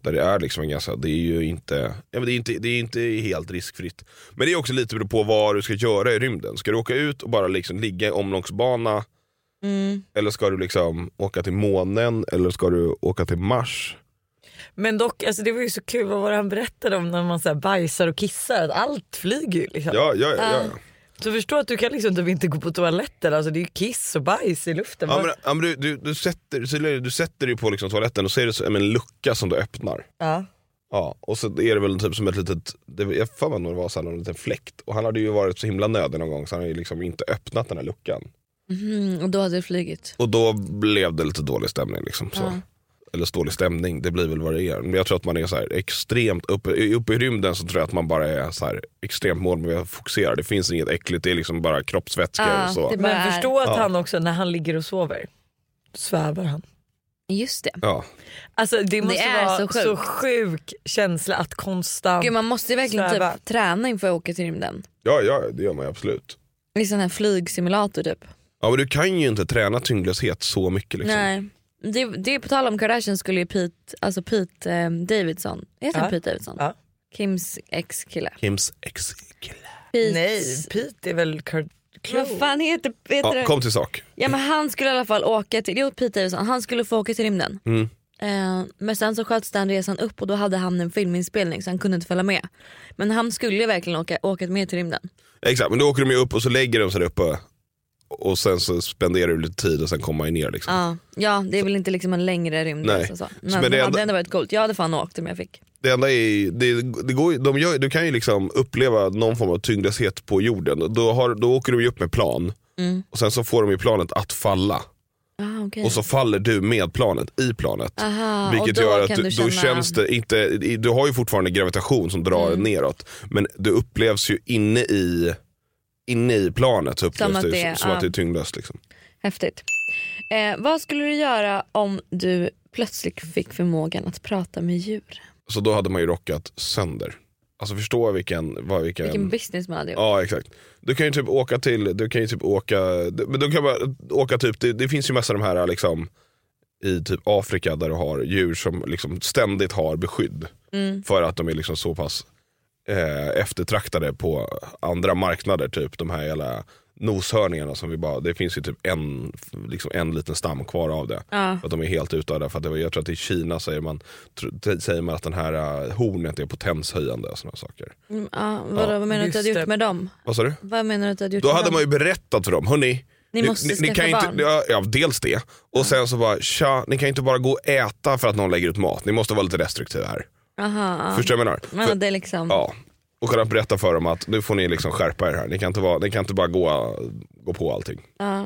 Speaker 3: Där det är liksom en ganska, det är ju inte, ja, men det är inte, det är inte helt riskfritt. Men det är också lite beroende på vad du ska göra i rymden. Ska du åka ut och bara liksom ligga i omloppsbana
Speaker 1: Mm.
Speaker 3: eller ska du liksom åka till månen eller ska du åka till Mars?
Speaker 2: Men dock, alltså, det var ju så kul vad var det han berättade om när man så här bajsar och kissar. Att allt flyger ju. Liksom.
Speaker 3: Ja, ja, ja. ja.
Speaker 2: Så förstå att du kan liksom typ inte gå på toaletten. Alltså, det är ju kiss och bajs i luften.
Speaker 3: ja,
Speaker 2: Bara-
Speaker 3: men, ja men du, du, du sätter du, du sätter dig på liksom toaletten och så är det som en lucka som du öppnar.
Speaker 2: ja.
Speaker 3: Ja, och så är det väl typ som ett litet, det, jag har för mig att det var så här någon liten fläkt. Och han hade ju varit så himla nödig någon gång så han hade ju liksom inte öppnat den här luckan.
Speaker 1: Mhm, och då hade du flugit.
Speaker 3: Och då blev det lite dålig stämning. Liksom, så.
Speaker 1: Ja.
Speaker 3: Eller dålig stämning, det blir väl vad det är. Men jag tror att man är så här extremt, uppe, i- uppe i rymden så tror jag att man bara är så här extremt målmedveten fokuserad. Det finns inget äckligt, det är liksom bara kroppsvätskor.
Speaker 1: Ja,
Speaker 3: och så.
Speaker 1: det- bara
Speaker 2: Men
Speaker 1: är-
Speaker 2: förstå att
Speaker 3: Ja.
Speaker 2: han också när han ligger och sover svävar han.
Speaker 1: Just det.
Speaker 3: Ja.
Speaker 2: Alltså det måste
Speaker 1: är
Speaker 2: vara
Speaker 1: så
Speaker 2: så
Speaker 1: sjukt.
Speaker 2: sjuk. känsla att konstant...
Speaker 1: Gud, man måste ju verkligen
Speaker 2: Sväva.
Speaker 1: typ träna inför att åka till rymden.
Speaker 3: Ja, ja, det gör man ju absolut.
Speaker 1: I sån här flygsimulator typ.
Speaker 3: Ja, men du kan ju inte träna tyngdlöshet så mycket. Liksom.
Speaker 1: Nej. Det, det är på tal om Kardashian skulle ju Pete, alltså Pete eh, Davidson, heter han
Speaker 2: Ja.
Speaker 1: Pete Davidson?
Speaker 2: Ja.
Speaker 1: Kims ex-kille.
Speaker 3: Kims ex-kille.
Speaker 1: Petes-
Speaker 2: Nej, Pete är väl Kurt
Speaker 1: Vad fan heter, heter
Speaker 3: Ja,
Speaker 1: det?
Speaker 3: kom till sak.
Speaker 1: Ja men han skulle i alla fall åka till, jo Pete Davidson, han skulle få åka till rymden.
Speaker 3: Mm.
Speaker 1: Eh, men sen så sköts den resan upp och då hade han en filminspelning så han kunde inte följa med. Men han skulle ju verkligen åka, åka med till rymden.
Speaker 3: Exakt, men då åker de ju upp och så lägger de sig där uppe och sen så spenderar du lite tid och sen kommer man ju ner. Liksom.
Speaker 1: Ja, ja det är väl inte liksom en längre rymdresa så. Men,
Speaker 3: men det
Speaker 1: det
Speaker 3: är
Speaker 1: hade
Speaker 3: ändå-
Speaker 1: ändå varit coolt, jag hade fan åkt om jag fick.
Speaker 3: Det enda är, ju- det, det går, ju- de gör, du kan ju liksom uppleva någon form av tyngdlöshet på jorden. Då, har, då åker de ju upp med plan
Speaker 1: Mm.
Speaker 3: och sen så får de ju planet att falla
Speaker 1: Ah, okay.
Speaker 3: och så faller du med planet i planet.
Speaker 1: Aha, Ah,
Speaker 3: Vilket
Speaker 1: och då
Speaker 3: gör att
Speaker 1: kan
Speaker 3: du,
Speaker 1: du känna...
Speaker 3: då känns det inte, i- du har ju fortfarande gravitation som drar
Speaker 1: Mm.
Speaker 3: neråt men du upplevs ju inne i, inne i planet så upplevs
Speaker 1: att
Speaker 3: det,
Speaker 1: det
Speaker 3: ju
Speaker 1: är-
Speaker 3: som
Speaker 1: ja.
Speaker 3: att det är tyngdlöst. Liksom.
Speaker 1: Häftigt. Eh, vad skulle du göra om du plötsligt fick förmågan att prata med djur?
Speaker 3: Så då hade man ju rockat sönder. Alltså förstå vilken... Vad, vilken,
Speaker 1: Vilken business man hade gjort.
Speaker 3: Ja exakt. Du kan ju typ åka till, du kan ju typ åka, du, men du kan bara åka typ, det, det finns ju massa de här liksom i typ Afrika där du har djur som liksom ständigt har beskydd.
Speaker 1: Mm.
Speaker 3: För att de är liksom så pass eh, eftertraktade på andra marknader. Typ de här jävla noshörningarna som vi bara, det finns ju typ en, liksom en liten stam kvar av det.
Speaker 1: Ja.
Speaker 3: För att de är helt utdöda. För att det var, jag tror att i Kina säger man, tr- säger man att den här eh, hornet är potenshöjande och sådana saker.
Speaker 1: Mm, ja, vadå,
Speaker 3: Ja,
Speaker 1: vad menar du att du hade
Speaker 2: just
Speaker 1: gjort
Speaker 2: det.
Speaker 1: med dem?
Speaker 3: Vad sa du?
Speaker 1: Vad menar du att du hade gjort
Speaker 3: Då
Speaker 1: med
Speaker 3: hade
Speaker 1: dem?
Speaker 3: man ju berättat för dem, hörni.
Speaker 1: Ni måste skaffa
Speaker 3: kan
Speaker 1: barn.
Speaker 3: inte, ja, ja, dels det. Och sen så bara, tja, ni kan inte bara gå och äta för att någon lägger ut mat. Ni måste vara lite restriktiva här.
Speaker 1: Aha, ja.
Speaker 3: Förstår du vad jag menar?
Speaker 1: man
Speaker 3: För,
Speaker 1: hade liksom...
Speaker 3: ja. Och kunna berätta för dem att nu får ni liksom skärpa er här. Ni kan inte, vara, ni kan inte bara gå, gå på allting.
Speaker 1: ja.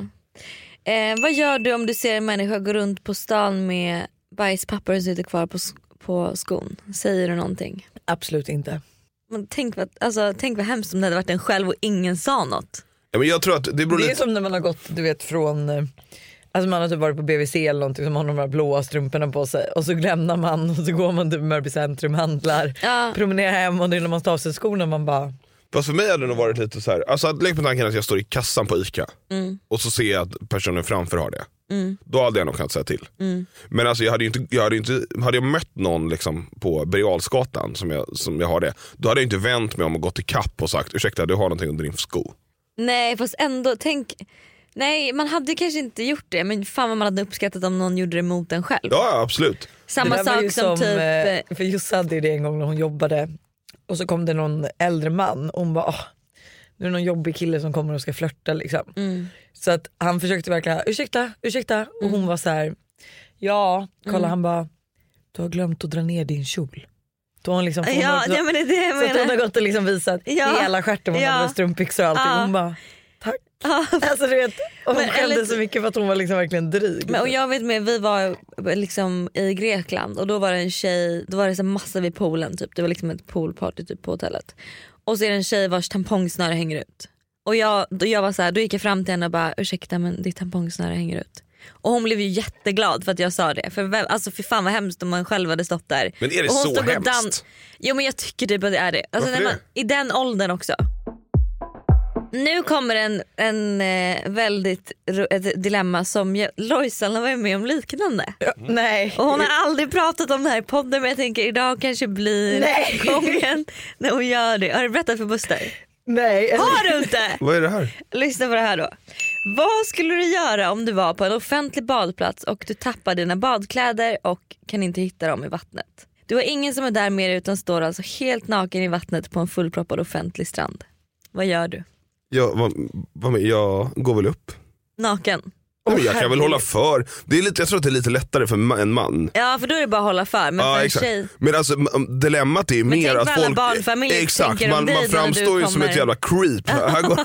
Speaker 1: Eh, vad gör du om du ser en människa gå runt på stan med bajspapper som sitter kvar på, sk- på skon? Säger du någonting?
Speaker 2: Absolut inte.
Speaker 1: Men tänk, vad, alltså, tänk vad hemskt om det hade varit en själv och ingen sa något.
Speaker 3: Ja, men jag tror att det beror
Speaker 2: Det är
Speaker 3: lite...
Speaker 2: som när man har gått du vet från eh, Alltså man har typ varit på BVC eller någonting som har de här blåa strumporna på sig och så lämnar man och så går man till Mörby centrum, handlar,
Speaker 1: Ja.
Speaker 2: promenerar hem och det är när man tar av sig skorna man bara
Speaker 3: Fast för mig hade det nog varit lite så här. Alltså, att- lägg på tanken att jag står i kassan på ICA och så ser jag att personen framför har det. Då hade jag nog kunnat säga till. Men alltså, jag hade, ju inte, jag hade, ju inte, hade jag mött någon liksom, på Bergalsgatan som jag, som jag har det, då hade jag inte vänt mig om och gått i kapp och sagt ursäkta du har någonting under din sko.
Speaker 1: Nej fast ändå, tänk. Nej man hade ju kanske inte gjort det men fan vad man hade uppskattat om någon gjorde det mot en själv.
Speaker 3: Ja ja, absolut.
Speaker 1: Samma
Speaker 2: Det där var ju
Speaker 1: sak som, typ. eh,
Speaker 2: eh, För Jossa hade ju det en gång när hon jobbade och så kom det någon äldre man och hon bara "Åh, nu är det någon jobbig kille som kommer och ska flörta liksom.
Speaker 1: mm.
Speaker 2: Så att han försökte verkligen ursäkta, ursäkta och hon var så här ja, kolla
Speaker 1: Mm.
Speaker 2: han bara du har glömt att dra ner din kjol. Då har hon liksom, hon
Speaker 1: Ja,
Speaker 2: har,
Speaker 1: nej, men det är det jag
Speaker 2: så att hon har
Speaker 1: menar.
Speaker 2: gått och liksom visat
Speaker 1: Ja.
Speaker 2: hela stjärten, hon
Speaker 1: Ja.
Speaker 2: hade strumpbyxor och allting.
Speaker 1: Ja.
Speaker 2: Hon bara tack. Alltså du vet, och hon
Speaker 1: Men, eller-
Speaker 2: skällde så mycket för att hon var liksom verkligen dryg.
Speaker 1: Men, och jag vet med, vi var liksom i Grekland och då var det en tjej, då var det så massa vid poolen typ. Det var liksom ett poolparty typ på hotellet. Och så är det en tjej vars tampongsnöre hänger ut. Och jag, då, jag var så här, då gick jag fram till henne och bara ursäkta men ditt tampongsnöre hänger ut. Och hon blev ju jätteglad för att jag sa det. För vem, alltså för fan vad hemskt om man själv hade stått där.
Speaker 3: Men är det
Speaker 1: och hon
Speaker 3: så
Speaker 1: stod och dan-
Speaker 3: hemskt?
Speaker 1: Jo men jag tycker typ att det är det. Alltså,
Speaker 3: Varför
Speaker 1: när man, I den åldern också. Nu kommer en, en eh, väldigt ro- ett dilemma som jag- Lojsan var ju med om liknande.
Speaker 2: Nej.
Speaker 1: Och hon har aldrig pratat om det här i podden men jag tänker idag kanske blir
Speaker 2: Nej.
Speaker 1: gången när hon gör det. Har du berättat för Buster?
Speaker 2: Nej.
Speaker 1: Har du inte?
Speaker 3: Vad är det här?
Speaker 1: Lyssna på det här då. Vad skulle du göra om du var på en offentlig badplats och du tappar dina badkläder och kan inte hitta dem i vattnet? Du har ingen som är där med dig utan står alltså helt naken i vattnet på en fullproppad offentlig strand. Vad gör du?
Speaker 3: Jag, vad, vad, men jag går väl upp.
Speaker 1: Naken.
Speaker 3: Nej, men jag kan väl hålla för. Det är lite, jag tror att det är lite lättare för ma- en man.
Speaker 1: Ja för då är det bara att hålla för. Men
Speaker 3: Ja,
Speaker 1: för en
Speaker 3: exakt.
Speaker 1: tjej,
Speaker 3: Men alltså m- dilemmat är ju
Speaker 1: Men
Speaker 3: mer
Speaker 1: tänk
Speaker 3: att
Speaker 1: vad alla
Speaker 3: folk...
Speaker 1: barnfamiljer
Speaker 3: Exakt,
Speaker 1: tänker om
Speaker 3: man,
Speaker 1: dig
Speaker 3: man
Speaker 1: då när du
Speaker 3: framstår ju som
Speaker 1: kommer.
Speaker 3: ett jävla creep. Här, här, går,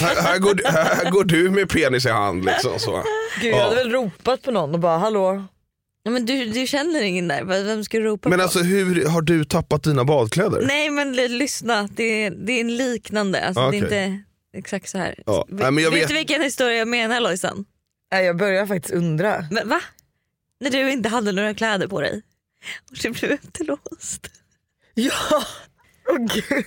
Speaker 3: här, här, går, du- här går du med penis i hand liksom. Så.
Speaker 2: Gud, jag hade väl ropat på någon och bara hallå.
Speaker 1: ja, men du, du känner ingen där. Vad- Vem ska du ropa
Speaker 3: Men
Speaker 1: på?
Speaker 3: alltså hur har du tappat dina badkläder?
Speaker 1: Nej men l- lyssna, det är, det är en liknande. Alltså,
Speaker 3: Okej.
Speaker 1: Det är inte exakt så här.
Speaker 3: Ja, nej, men jag
Speaker 1: vet
Speaker 3: vet-
Speaker 1: du vilken historia jag menar Lojsan?
Speaker 2: Nej, jag börjar faktiskt undra.
Speaker 1: Men va? När du inte hade några kläder på dig och du blev utelåst.
Speaker 2: Ja, åh gud.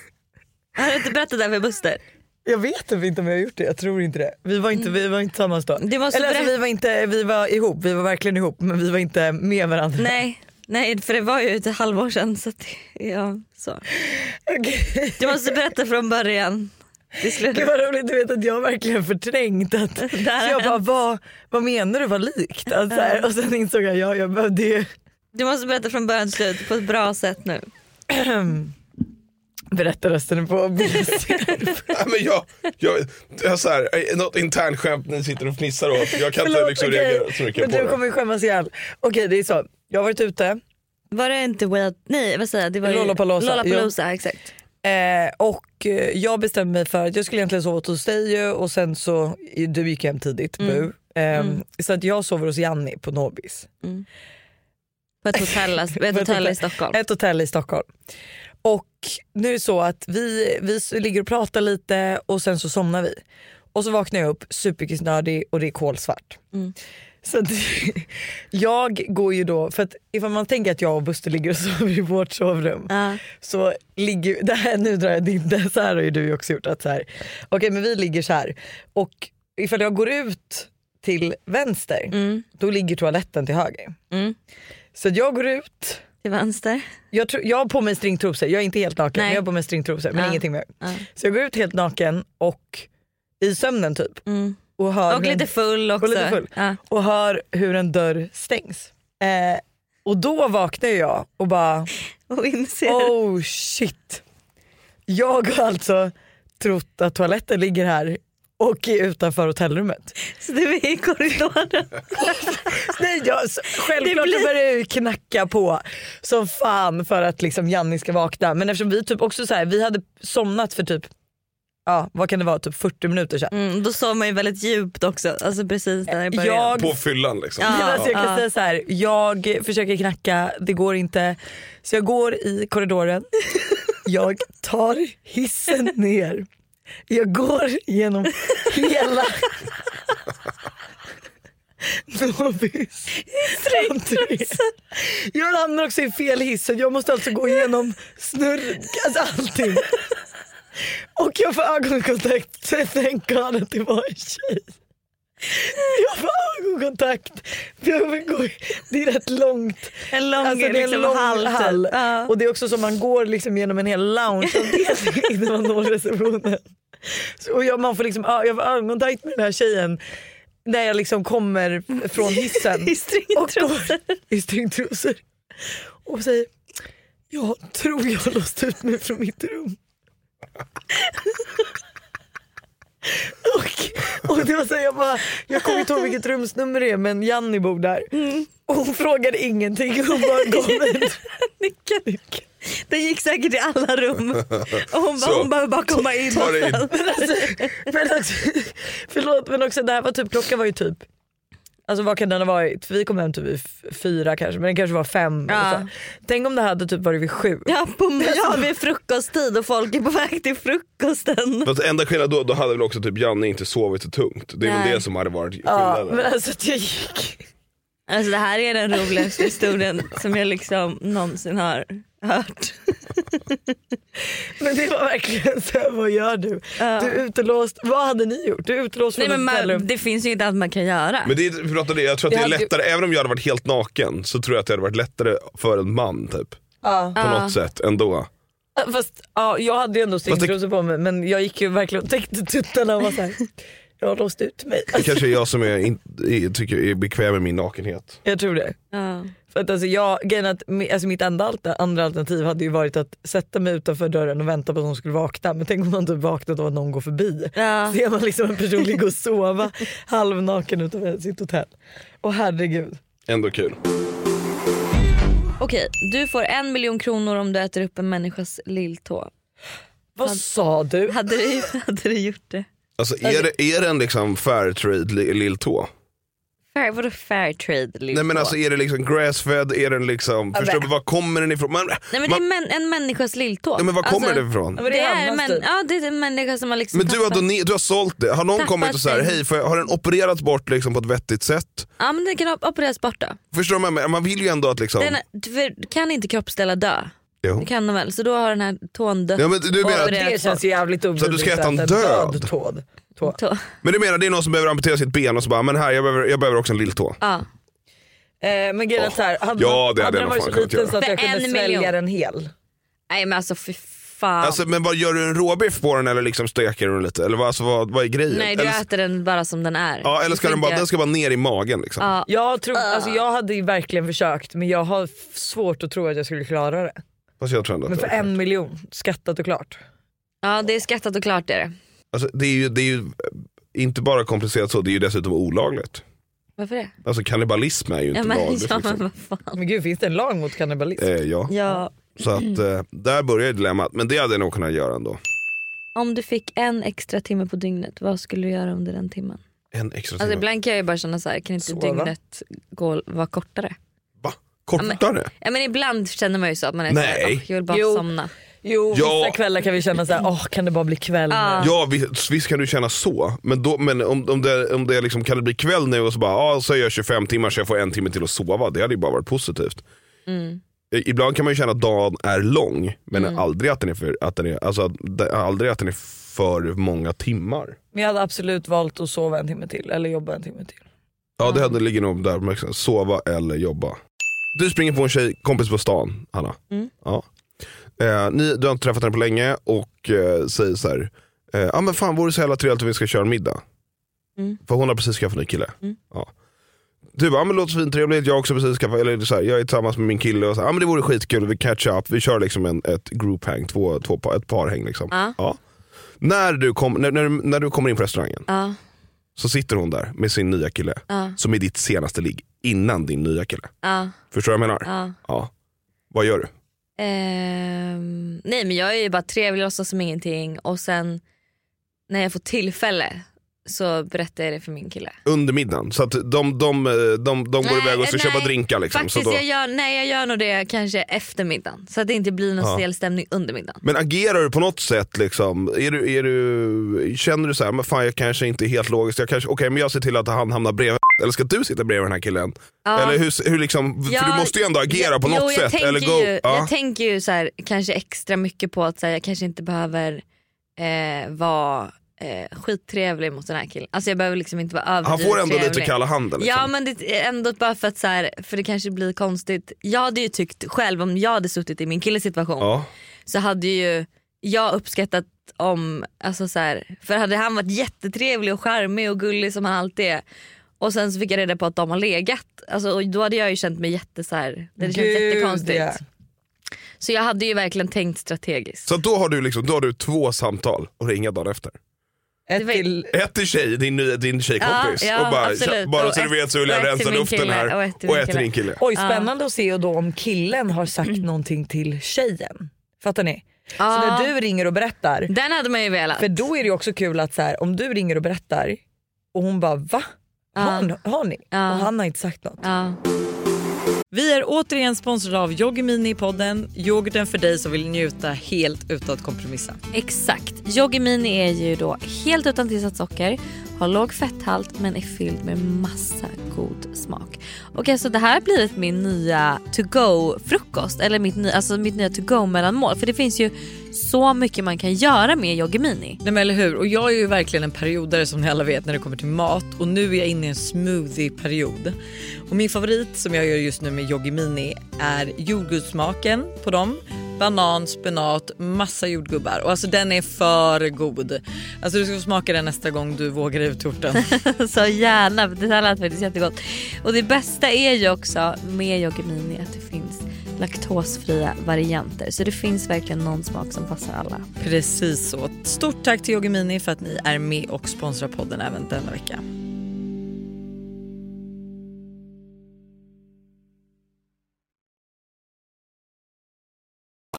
Speaker 1: Har du inte berättat det här för Buster?
Speaker 2: Jag vet typ inte om jag har gjort det, jag tror inte det. Vi var inte, vi var inte tillsammans då.
Speaker 1: Du måste
Speaker 2: Eller alltså,
Speaker 1: berätta-
Speaker 2: vi, var inte, vi var ihop, vi var verkligen ihop men vi var inte med varandra.
Speaker 1: Nej, nej för det var ju ett halvår sedan. Så att, ja, så.
Speaker 2: Okej.
Speaker 1: Du måste berätta från början till slut.
Speaker 2: Gud vad roligt, du vet att jag har verkligen förträngt att... Så
Speaker 1: har
Speaker 2: jag bara, vad, vad menar du var likt? Att, så här, och sen insåg jag, ja jag behövde ju
Speaker 1: Du måste berätta från början till slut på ett bra sätt nu.
Speaker 2: berätta Ehm, resten på
Speaker 3: Nej, men jag, jag, jag har så här, eh, något internt skämt ni sitter och fnissar åt. Jag kan inte liksom
Speaker 2: okej.
Speaker 3: reagera så mycket
Speaker 2: Men
Speaker 3: på
Speaker 2: du
Speaker 3: det.
Speaker 2: kommer ju skämmas ihjäl. Okej det är så, jag har varit ute
Speaker 1: Var det inte Way Out- Nej vad säger jag? Det var ju-
Speaker 2: Lollapalooza,
Speaker 1: Lollapalooza exakt.
Speaker 2: Eh, och eh, jag bestämde mig för att jag skulle egentligen sova hos dig ju, och sen så, du gick hem tidigt bu. Eh, Så att jag sover hos Janni på Nobis.
Speaker 1: Mm. På ett hotell, alltså, ett hotell i Stockholm.
Speaker 2: Ett hotell i Stockholm. Och nu är det så att vi, vi s- ligger och pratar lite och sen så somnar vi. Och så vaknar jag upp superkissnödig och det är kolsvart. Så att, jag går ju då, för att ifall man tänker att jag och Buster ligger och sover i vårt sovrum
Speaker 1: Ja.
Speaker 2: så ligger, det här, nu drar jag din, det så här har ju du också gjort. Att så här, okej, men vi ligger så här och ifall jag går ut till vänster
Speaker 1: mm,
Speaker 2: då ligger toaletten till höger. Så att jag går ut,
Speaker 1: Till vänster.
Speaker 2: jag, tror, jag har på mig stringtrosor, jag är inte helt naken
Speaker 1: Nej.
Speaker 2: men jag har på mig stringtrosor men
Speaker 1: Ja.
Speaker 2: ingenting mer.
Speaker 1: Ja.
Speaker 2: Så jag går ut helt naken och i sömnen typ. Och, hör
Speaker 1: Mm. Och
Speaker 2: hur en-
Speaker 1: lite full också.
Speaker 2: och lite full.
Speaker 1: Ja.
Speaker 2: Och hör hur en dörr stängs. Eh, och då vaknar jag och bara
Speaker 1: Och inser.
Speaker 2: Oh shit. Jag har alltså trott att toaletten ligger här och är utanför hotellrummet.
Speaker 1: Så du är i korridoren.
Speaker 2: Nej, jag, s- självklart så börjar jag ju knacka på som fan för att liksom Janni ska vakna. Men eftersom vi typ också så här, vi hade somnat för typ ja, vad kan det vara, typ 40 minuter sedan.
Speaker 1: Mm, då sov man ju väldigt djupt också. Alltså precis där i början.
Speaker 2: Jag
Speaker 3: På fyllan liksom.
Speaker 1: Ja.
Speaker 2: Men alltså jag kan
Speaker 1: ja.
Speaker 2: säga så här, jag försöker knacka, det går inte. Så jag går i korridoren, jag tar hissen ner, jag går genom hela Nobis entré. Jag hamnar också i fel hiss så jag måste alltså gå igenom snurr, alltså allting. Och jag får ögonkontakt, thank god att det var en tjej. Jag får ögonkontakt. För jag vill gå, det är rätt långt.
Speaker 7: En lång,
Speaker 2: Alltså, det är en
Speaker 7: liksom,
Speaker 2: lång
Speaker 7: hall.
Speaker 2: hall.
Speaker 7: typ. Ja.
Speaker 2: Och det är också som man går liksom genom en hel loungeavdelning innan man når receptionen. Så, och jag, man får liksom, ö- jag får ögonkontakt med den här tjejen när jag liksom kommer från hissen.
Speaker 1: I
Speaker 2: och
Speaker 1: stringtrosor.
Speaker 2: går i stringtrosor. Och säger, jag tror jag har låst ut mig från mitt rum. och, och det var så här, jag bara, jag kommer inte ihåg vilket rumsnummer det är men Janni bor där. Och hon frågade ingenting, hon bara gav mig en
Speaker 1: Nicken. Den gick säkert i alla rum. Och hon bara,
Speaker 3: Så.
Speaker 1: hon bara, bara komma in.
Speaker 3: Ta det in.
Speaker 2: Men alltså, men alltså, förlåt men också det här var typ, klockan var ju typ Alltså vad kan den ha varit? För vi kom hem typ vid f- fyra kanske men den kanske var fem.
Speaker 1: Ja.
Speaker 2: Eller så. här. Tänk om det hade typ varit vid sju.
Speaker 1: Ja, på, ja, vid frukosttid och folk är på väg till frukosten.
Speaker 3: Fast enda skillnaden då, då hade väl också typ Janne inte sovit så tungt. Det är väl
Speaker 1: Nej.
Speaker 3: det som hade varit
Speaker 2: Ja,
Speaker 3: skillnaden.
Speaker 2: men alltså att jag gick.
Speaker 1: Alltså det här är den roligaste historien som jag liksom någonsin har hört.
Speaker 2: Men det var verkligen såhär, vad gör du?
Speaker 1: Ja.
Speaker 2: Du är utelåst, vad hade ni gjort? Du är utelåst
Speaker 1: Nej,
Speaker 2: från
Speaker 1: men
Speaker 2: ett
Speaker 1: man,
Speaker 2: hotellrum.
Speaker 1: det finns ju inte allt man kan göra.
Speaker 3: Men det, är- vi pratade om det, jag tror att det är
Speaker 2: hade ju-
Speaker 3: lättare, även om jag hade varit helt naken så tror jag att det hade varit lättare för en man typ. På något sätt ändå.
Speaker 2: Fast ja, jag hade ju ändå stringtrosor på mig men jag gick ju verkligen och täckte tuttarna och var såhär, jag har låst ut mig.
Speaker 3: Det kanske är jag som är, in, i- tycker är bekväm med min nakenhet.
Speaker 2: Jag tror det.
Speaker 1: Ja.
Speaker 2: För att alltså jag, grejen är att, mi- alltså mitt enda alter, andra alternativ hade ju varit att sätta mig utanför dörren och vänta på att någon skulle vakna. Men tänk om man typ vaknat och att någon går förbi.
Speaker 1: Ja.
Speaker 2: Ser man liksom en person ligga och sova halvnaken utanför sitt hotell. Och herregud.
Speaker 3: Ändå kul.
Speaker 1: Okej, du får en miljon kronor om du äter upp en människas lilltå.
Speaker 2: Vad sa du?
Speaker 1: Hade du, hade du gjort det?
Speaker 3: Alltså är det, är det en liksom fairtrade li- lilltå?
Speaker 1: Fair, vadå fair trade lilltå?
Speaker 3: Nej men alltså är det liksom grassfed, är den liksom, förstår du, var kommer den ifrån? Man,
Speaker 1: Nej, men
Speaker 3: man,
Speaker 1: det är män, en människas lilltå.
Speaker 3: ja, men var kommer
Speaker 1: alltså,
Speaker 3: det ifrån?
Speaker 2: det
Speaker 1: Det
Speaker 2: är
Speaker 1: är,
Speaker 2: Annas
Speaker 1: men,
Speaker 2: typ.
Speaker 1: ja, det är en människa som har liksom
Speaker 3: Men du har,
Speaker 1: tappat-
Speaker 3: doner- du har sålt det, har någon
Speaker 1: Tappat
Speaker 3: kommit och såhär,
Speaker 1: den.
Speaker 3: hej får jag- har den opererats bort liksom på ett vettigt sätt?
Speaker 1: Ja men den kan op- opereras bort då.
Speaker 3: Förstår du vad jag menar? Man vill ju ändå att liksom...
Speaker 1: Den, för, kan inte kroppsdelar dö?
Speaker 3: Jo.
Speaker 1: Det kan de väl? Så då har den här tån dött.
Speaker 3: Ja, men du menar att-
Speaker 1: opererats
Speaker 2: Det känns
Speaker 1: bort.
Speaker 2: ju jävligt obilligt.
Speaker 3: Så du ska äta en
Speaker 2: att
Speaker 3: död?
Speaker 2: tåd. tå.
Speaker 1: Tå.
Speaker 3: Men du menar det är någon som behöver amputera sitt ben och så bara, men här jag behöver, jag behöver också en lilltå.
Speaker 1: Ja.
Speaker 2: Eh, men grejen är så här, hade,
Speaker 3: Ja,
Speaker 2: man-
Speaker 3: det hade
Speaker 2: den
Speaker 3: jag nog
Speaker 2: varit så
Speaker 3: fan kunnat
Speaker 2: liten
Speaker 3: göra.
Speaker 2: så att jag
Speaker 1: För
Speaker 2: kunde
Speaker 1: en
Speaker 2: svälja
Speaker 1: miljon.
Speaker 2: den hel.
Speaker 1: Nej men alltså fy fan.
Speaker 3: Alltså, men vad gör du en råbiff på den eller liksom steker du den lite? Eller vad, alltså, vad, vad är grejen?
Speaker 1: Nej du
Speaker 3: eller,
Speaker 1: äter den bara som den är.
Speaker 3: ja, eller ska
Speaker 1: Du
Speaker 3: den, bara,
Speaker 1: inte-
Speaker 3: den ska bara ner i magen liksom?
Speaker 1: Ja.
Speaker 2: Jag,
Speaker 1: Ah.
Speaker 2: tror, alltså jag hade ju verkligen försökt men jag har f- svårt att tro att jag skulle klara det.
Speaker 3: Fast jag tror ändå att
Speaker 2: Men för
Speaker 3: det är-
Speaker 2: en miljon, skattat och klart.
Speaker 1: Ja det är skattat och klart det är det.
Speaker 3: Alltså, det, är ju, det är ju inte bara komplicerat så, det är ju dessutom olagligt.
Speaker 1: Varför det?
Speaker 3: Alltså kannibalism är ju inte
Speaker 1: Ja men,
Speaker 3: lagligt.
Speaker 1: ja, men
Speaker 3: liksom.
Speaker 1: vad fan.
Speaker 2: Men gud finns det en lag mot kannibalism?
Speaker 3: eh, ja.
Speaker 1: Ja,
Speaker 3: Så att, eh, där börjar ju dilemmat. Men det hade jag nog kunnat göra ändå.
Speaker 1: om du fick en extra timme på dygnet, vad skulle du göra under den timmen?
Speaker 3: En extra timme.
Speaker 1: Alltså ibland kan jag ju bara känna så här, kan inte
Speaker 2: Sova.
Speaker 1: dygnet gå, vara kortare?
Speaker 3: Va? Kortare?
Speaker 1: Ja, men ibland känner man ju så att man är
Speaker 3: Nej.
Speaker 1: så här, "Åh, jag vill bara
Speaker 2: Jo.
Speaker 1: somna.
Speaker 2: Jo,
Speaker 3: Ja.
Speaker 2: vissa kvällar kan vi känna så här, åh kan det bara bli kväll nu?
Speaker 1: Ja.
Speaker 3: Ja visst, visst kan du känna så. Men, då, men om, om det, om det liksom, kan det bli kväll nu och så bara, ah, så gör jag 25 timmar så jag får en timme till att sova. Det hade ju bara varit positivt.
Speaker 1: Mm.
Speaker 3: I- Ibland kan man ju känna att dagen är lång men aldrig, att den är för, att den är, alltså, att, det- aldrig att den är för många timmar.
Speaker 2: Men jag hade absolut valt att sova en timme till eller jobba en timme till.
Speaker 3: Ja det hade ligger nog där, liksom, sova eller jobba. Du springer på en tjej, kompis på stan, Hanna. Ja. Eh, ni, du har inte träffat henne på länge och eh, säger så här, eh, ja men fan vore det så jävla trevligt om vi ska köra en middag.
Speaker 1: Mm.
Speaker 3: För hon har precis skaffat en ny kille. Ja. Du bara, ja, men låter svintrevligt, jag har också precis skaffat, eller så här, jag är tillsammans med min kille och så här, ja men det vore skitkul, vi catch up, vi kör liksom en, ett group hang, två, två, pa- ett parhäng liksom.
Speaker 1: Ja.
Speaker 3: När, du kom, när, när, när du kommer in på restaurangen
Speaker 1: Ja.
Speaker 3: så sitter hon där med sin nya kille
Speaker 1: Ja.
Speaker 3: som är ditt senaste ligg innan din nya kille.
Speaker 1: Ja,
Speaker 3: Förstår du vad jag menar?
Speaker 1: ja.
Speaker 3: Vad gör du?
Speaker 1: Ehm, nej men jag är ju bara trevlig, låtsas som ingenting och sen när jag får tillfälle så berättar jag det för min kille.
Speaker 3: Under middagen. Så att de, de, de, de, de går
Speaker 1: Nej,
Speaker 3: iväg och ska
Speaker 1: nej.
Speaker 3: köpa drinkar. Liksom. Så
Speaker 1: Faktiskt
Speaker 3: då,
Speaker 1: jag, gör, nej, jag gör nog det kanske efter middagen så att det inte blir någon
Speaker 3: Ja.
Speaker 1: stel stämning under middagen.
Speaker 3: Men agerar du på något sätt? Liksom? Är du, är du, känner du så här, men fan jag kanske inte är helt logisk. Jag kanske, okej men jag ser till att han hamnar bredvid. Eller ska du sitta bredvid den här killen?
Speaker 1: Ja.
Speaker 3: Eller hur, hur liksom, för
Speaker 1: Ja,
Speaker 3: du måste ju ändå agera
Speaker 1: jag-
Speaker 3: på något
Speaker 1: jo, jag
Speaker 3: sätt.
Speaker 1: Tänker
Speaker 3: Eller gå,
Speaker 1: ju,
Speaker 3: ja.
Speaker 1: Jag tänker ju så här, kanske extra mycket på att så här, jag kanske inte behöver eh, vara eh, skittrevlig mot den här killen. Alltså jag behöver liksom inte vara
Speaker 3: Han
Speaker 1: överdrivet
Speaker 3: får ändå
Speaker 1: trevlig.
Speaker 3: lite kalla handen. Liksom.
Speaker 1: Ja men det är ändå bara för att så här, för det kanske blir konstigt. Jag hade ju tyckt själv om jag hade suttit i min killes situation
Speaker 3: Ja.
Speaker 1: så hade ju jag uppskattat om, alltså så här, för hade han varit jättetrevlig och charmig och gullig som han alltid är och sen så fick jag reda på att de har legat, alltså, och då hade jag ju känt mig jätte så här, det känns
Speaker 8: Gud,
Speaker 1: jättekonstigt.
Speaker 8: ja.
Speaker 1: Så jag hade ju verkligen tänkt strategiskt.
Speaker 3: Så då har, du liksom, då har du två samtal och ringa dagen efter.
Speaker 8: Ett
Speaker 1: var-
Speaker 8: till,
Speaker 3: Ett till tjej, din, nya- din tjejkompis.
Speaker 1: Ja, ja,
Speaker 3: och bara,
Speaker 1: absolut.
Speaker 3: tja, bara
Speaker 1: Och
Speaker 3: så du
Speaker 1: ett-
Speaker 3: vet så vill
Speaker 1: och
Speaker 3: jag
Speaker 1: ett till
Speaker 3: rensa
Speaker 1: min
Speaker 3: luften
Speaker 1: kille,
Speaker 3: här.
Speaker 1: och ett till
Speaker 3: och
Speaker 1: min
Speaker 3: ett till din kille.
Speaker 2: Oj
Speaker 1: Ah.
Speaker 2: spännande att se då om killen har sagt
Speaker 1: Mm.
Speaker 2: någonting till tjejen. Fattar ni? Så
Speaker 1: Ja.
Speaker 2: när du ringer och berättar,
Speaker 1: Den hade man ju velat.
Speaker 2: för då är det ju också kul att så här, om du ringer och berättar och hon bara va? Har, ni- har ni?
Speaker 1: Ja.
Speaker 2: Och han har inte sagt något.
Speaker 1: Ja.
Speaker 8: vi är återigen sponsrade av Yogimini i podden. Yoghurten för dig som vill njuta helt utan att kompromissa.
Speaker 1: Exakt. Yogimini är ju då helt utan tillsatt socker, har låg fetthalt men är fylld med massa god smak. Och alltså det här har blivit min nya to-go-frukost, eller mitt, ny, alltså mitt nya to-go-mellanmål. För det finns ju så mycket man kan göra med Yogimini.
Speaker 8: Nej men eller hur? Och jag är ju verkligen en periodare som ni alla vet när det kommer till mat och nu är jag inne i en smoothie-period. Och min favorit som jag gör just nu med Yoggi Mini är jordgubbssmaken på dem. Banan, spenat, massa jordgubbar och alltså den är för god. Alltså du ska få smaka den nästa gång du vågar ut torten.
Speaker 1: Så gärna, för det här lät faktiskt jättegott. Och det bästa är ju också med Yogimini att det finns laktosfria varianter. Så det finns verkligen någon smak som passar alla.
Speaker 8: Precis så. Stort tack till Yoggi Mini för att ni är med och sponsrar podden även denna vecka.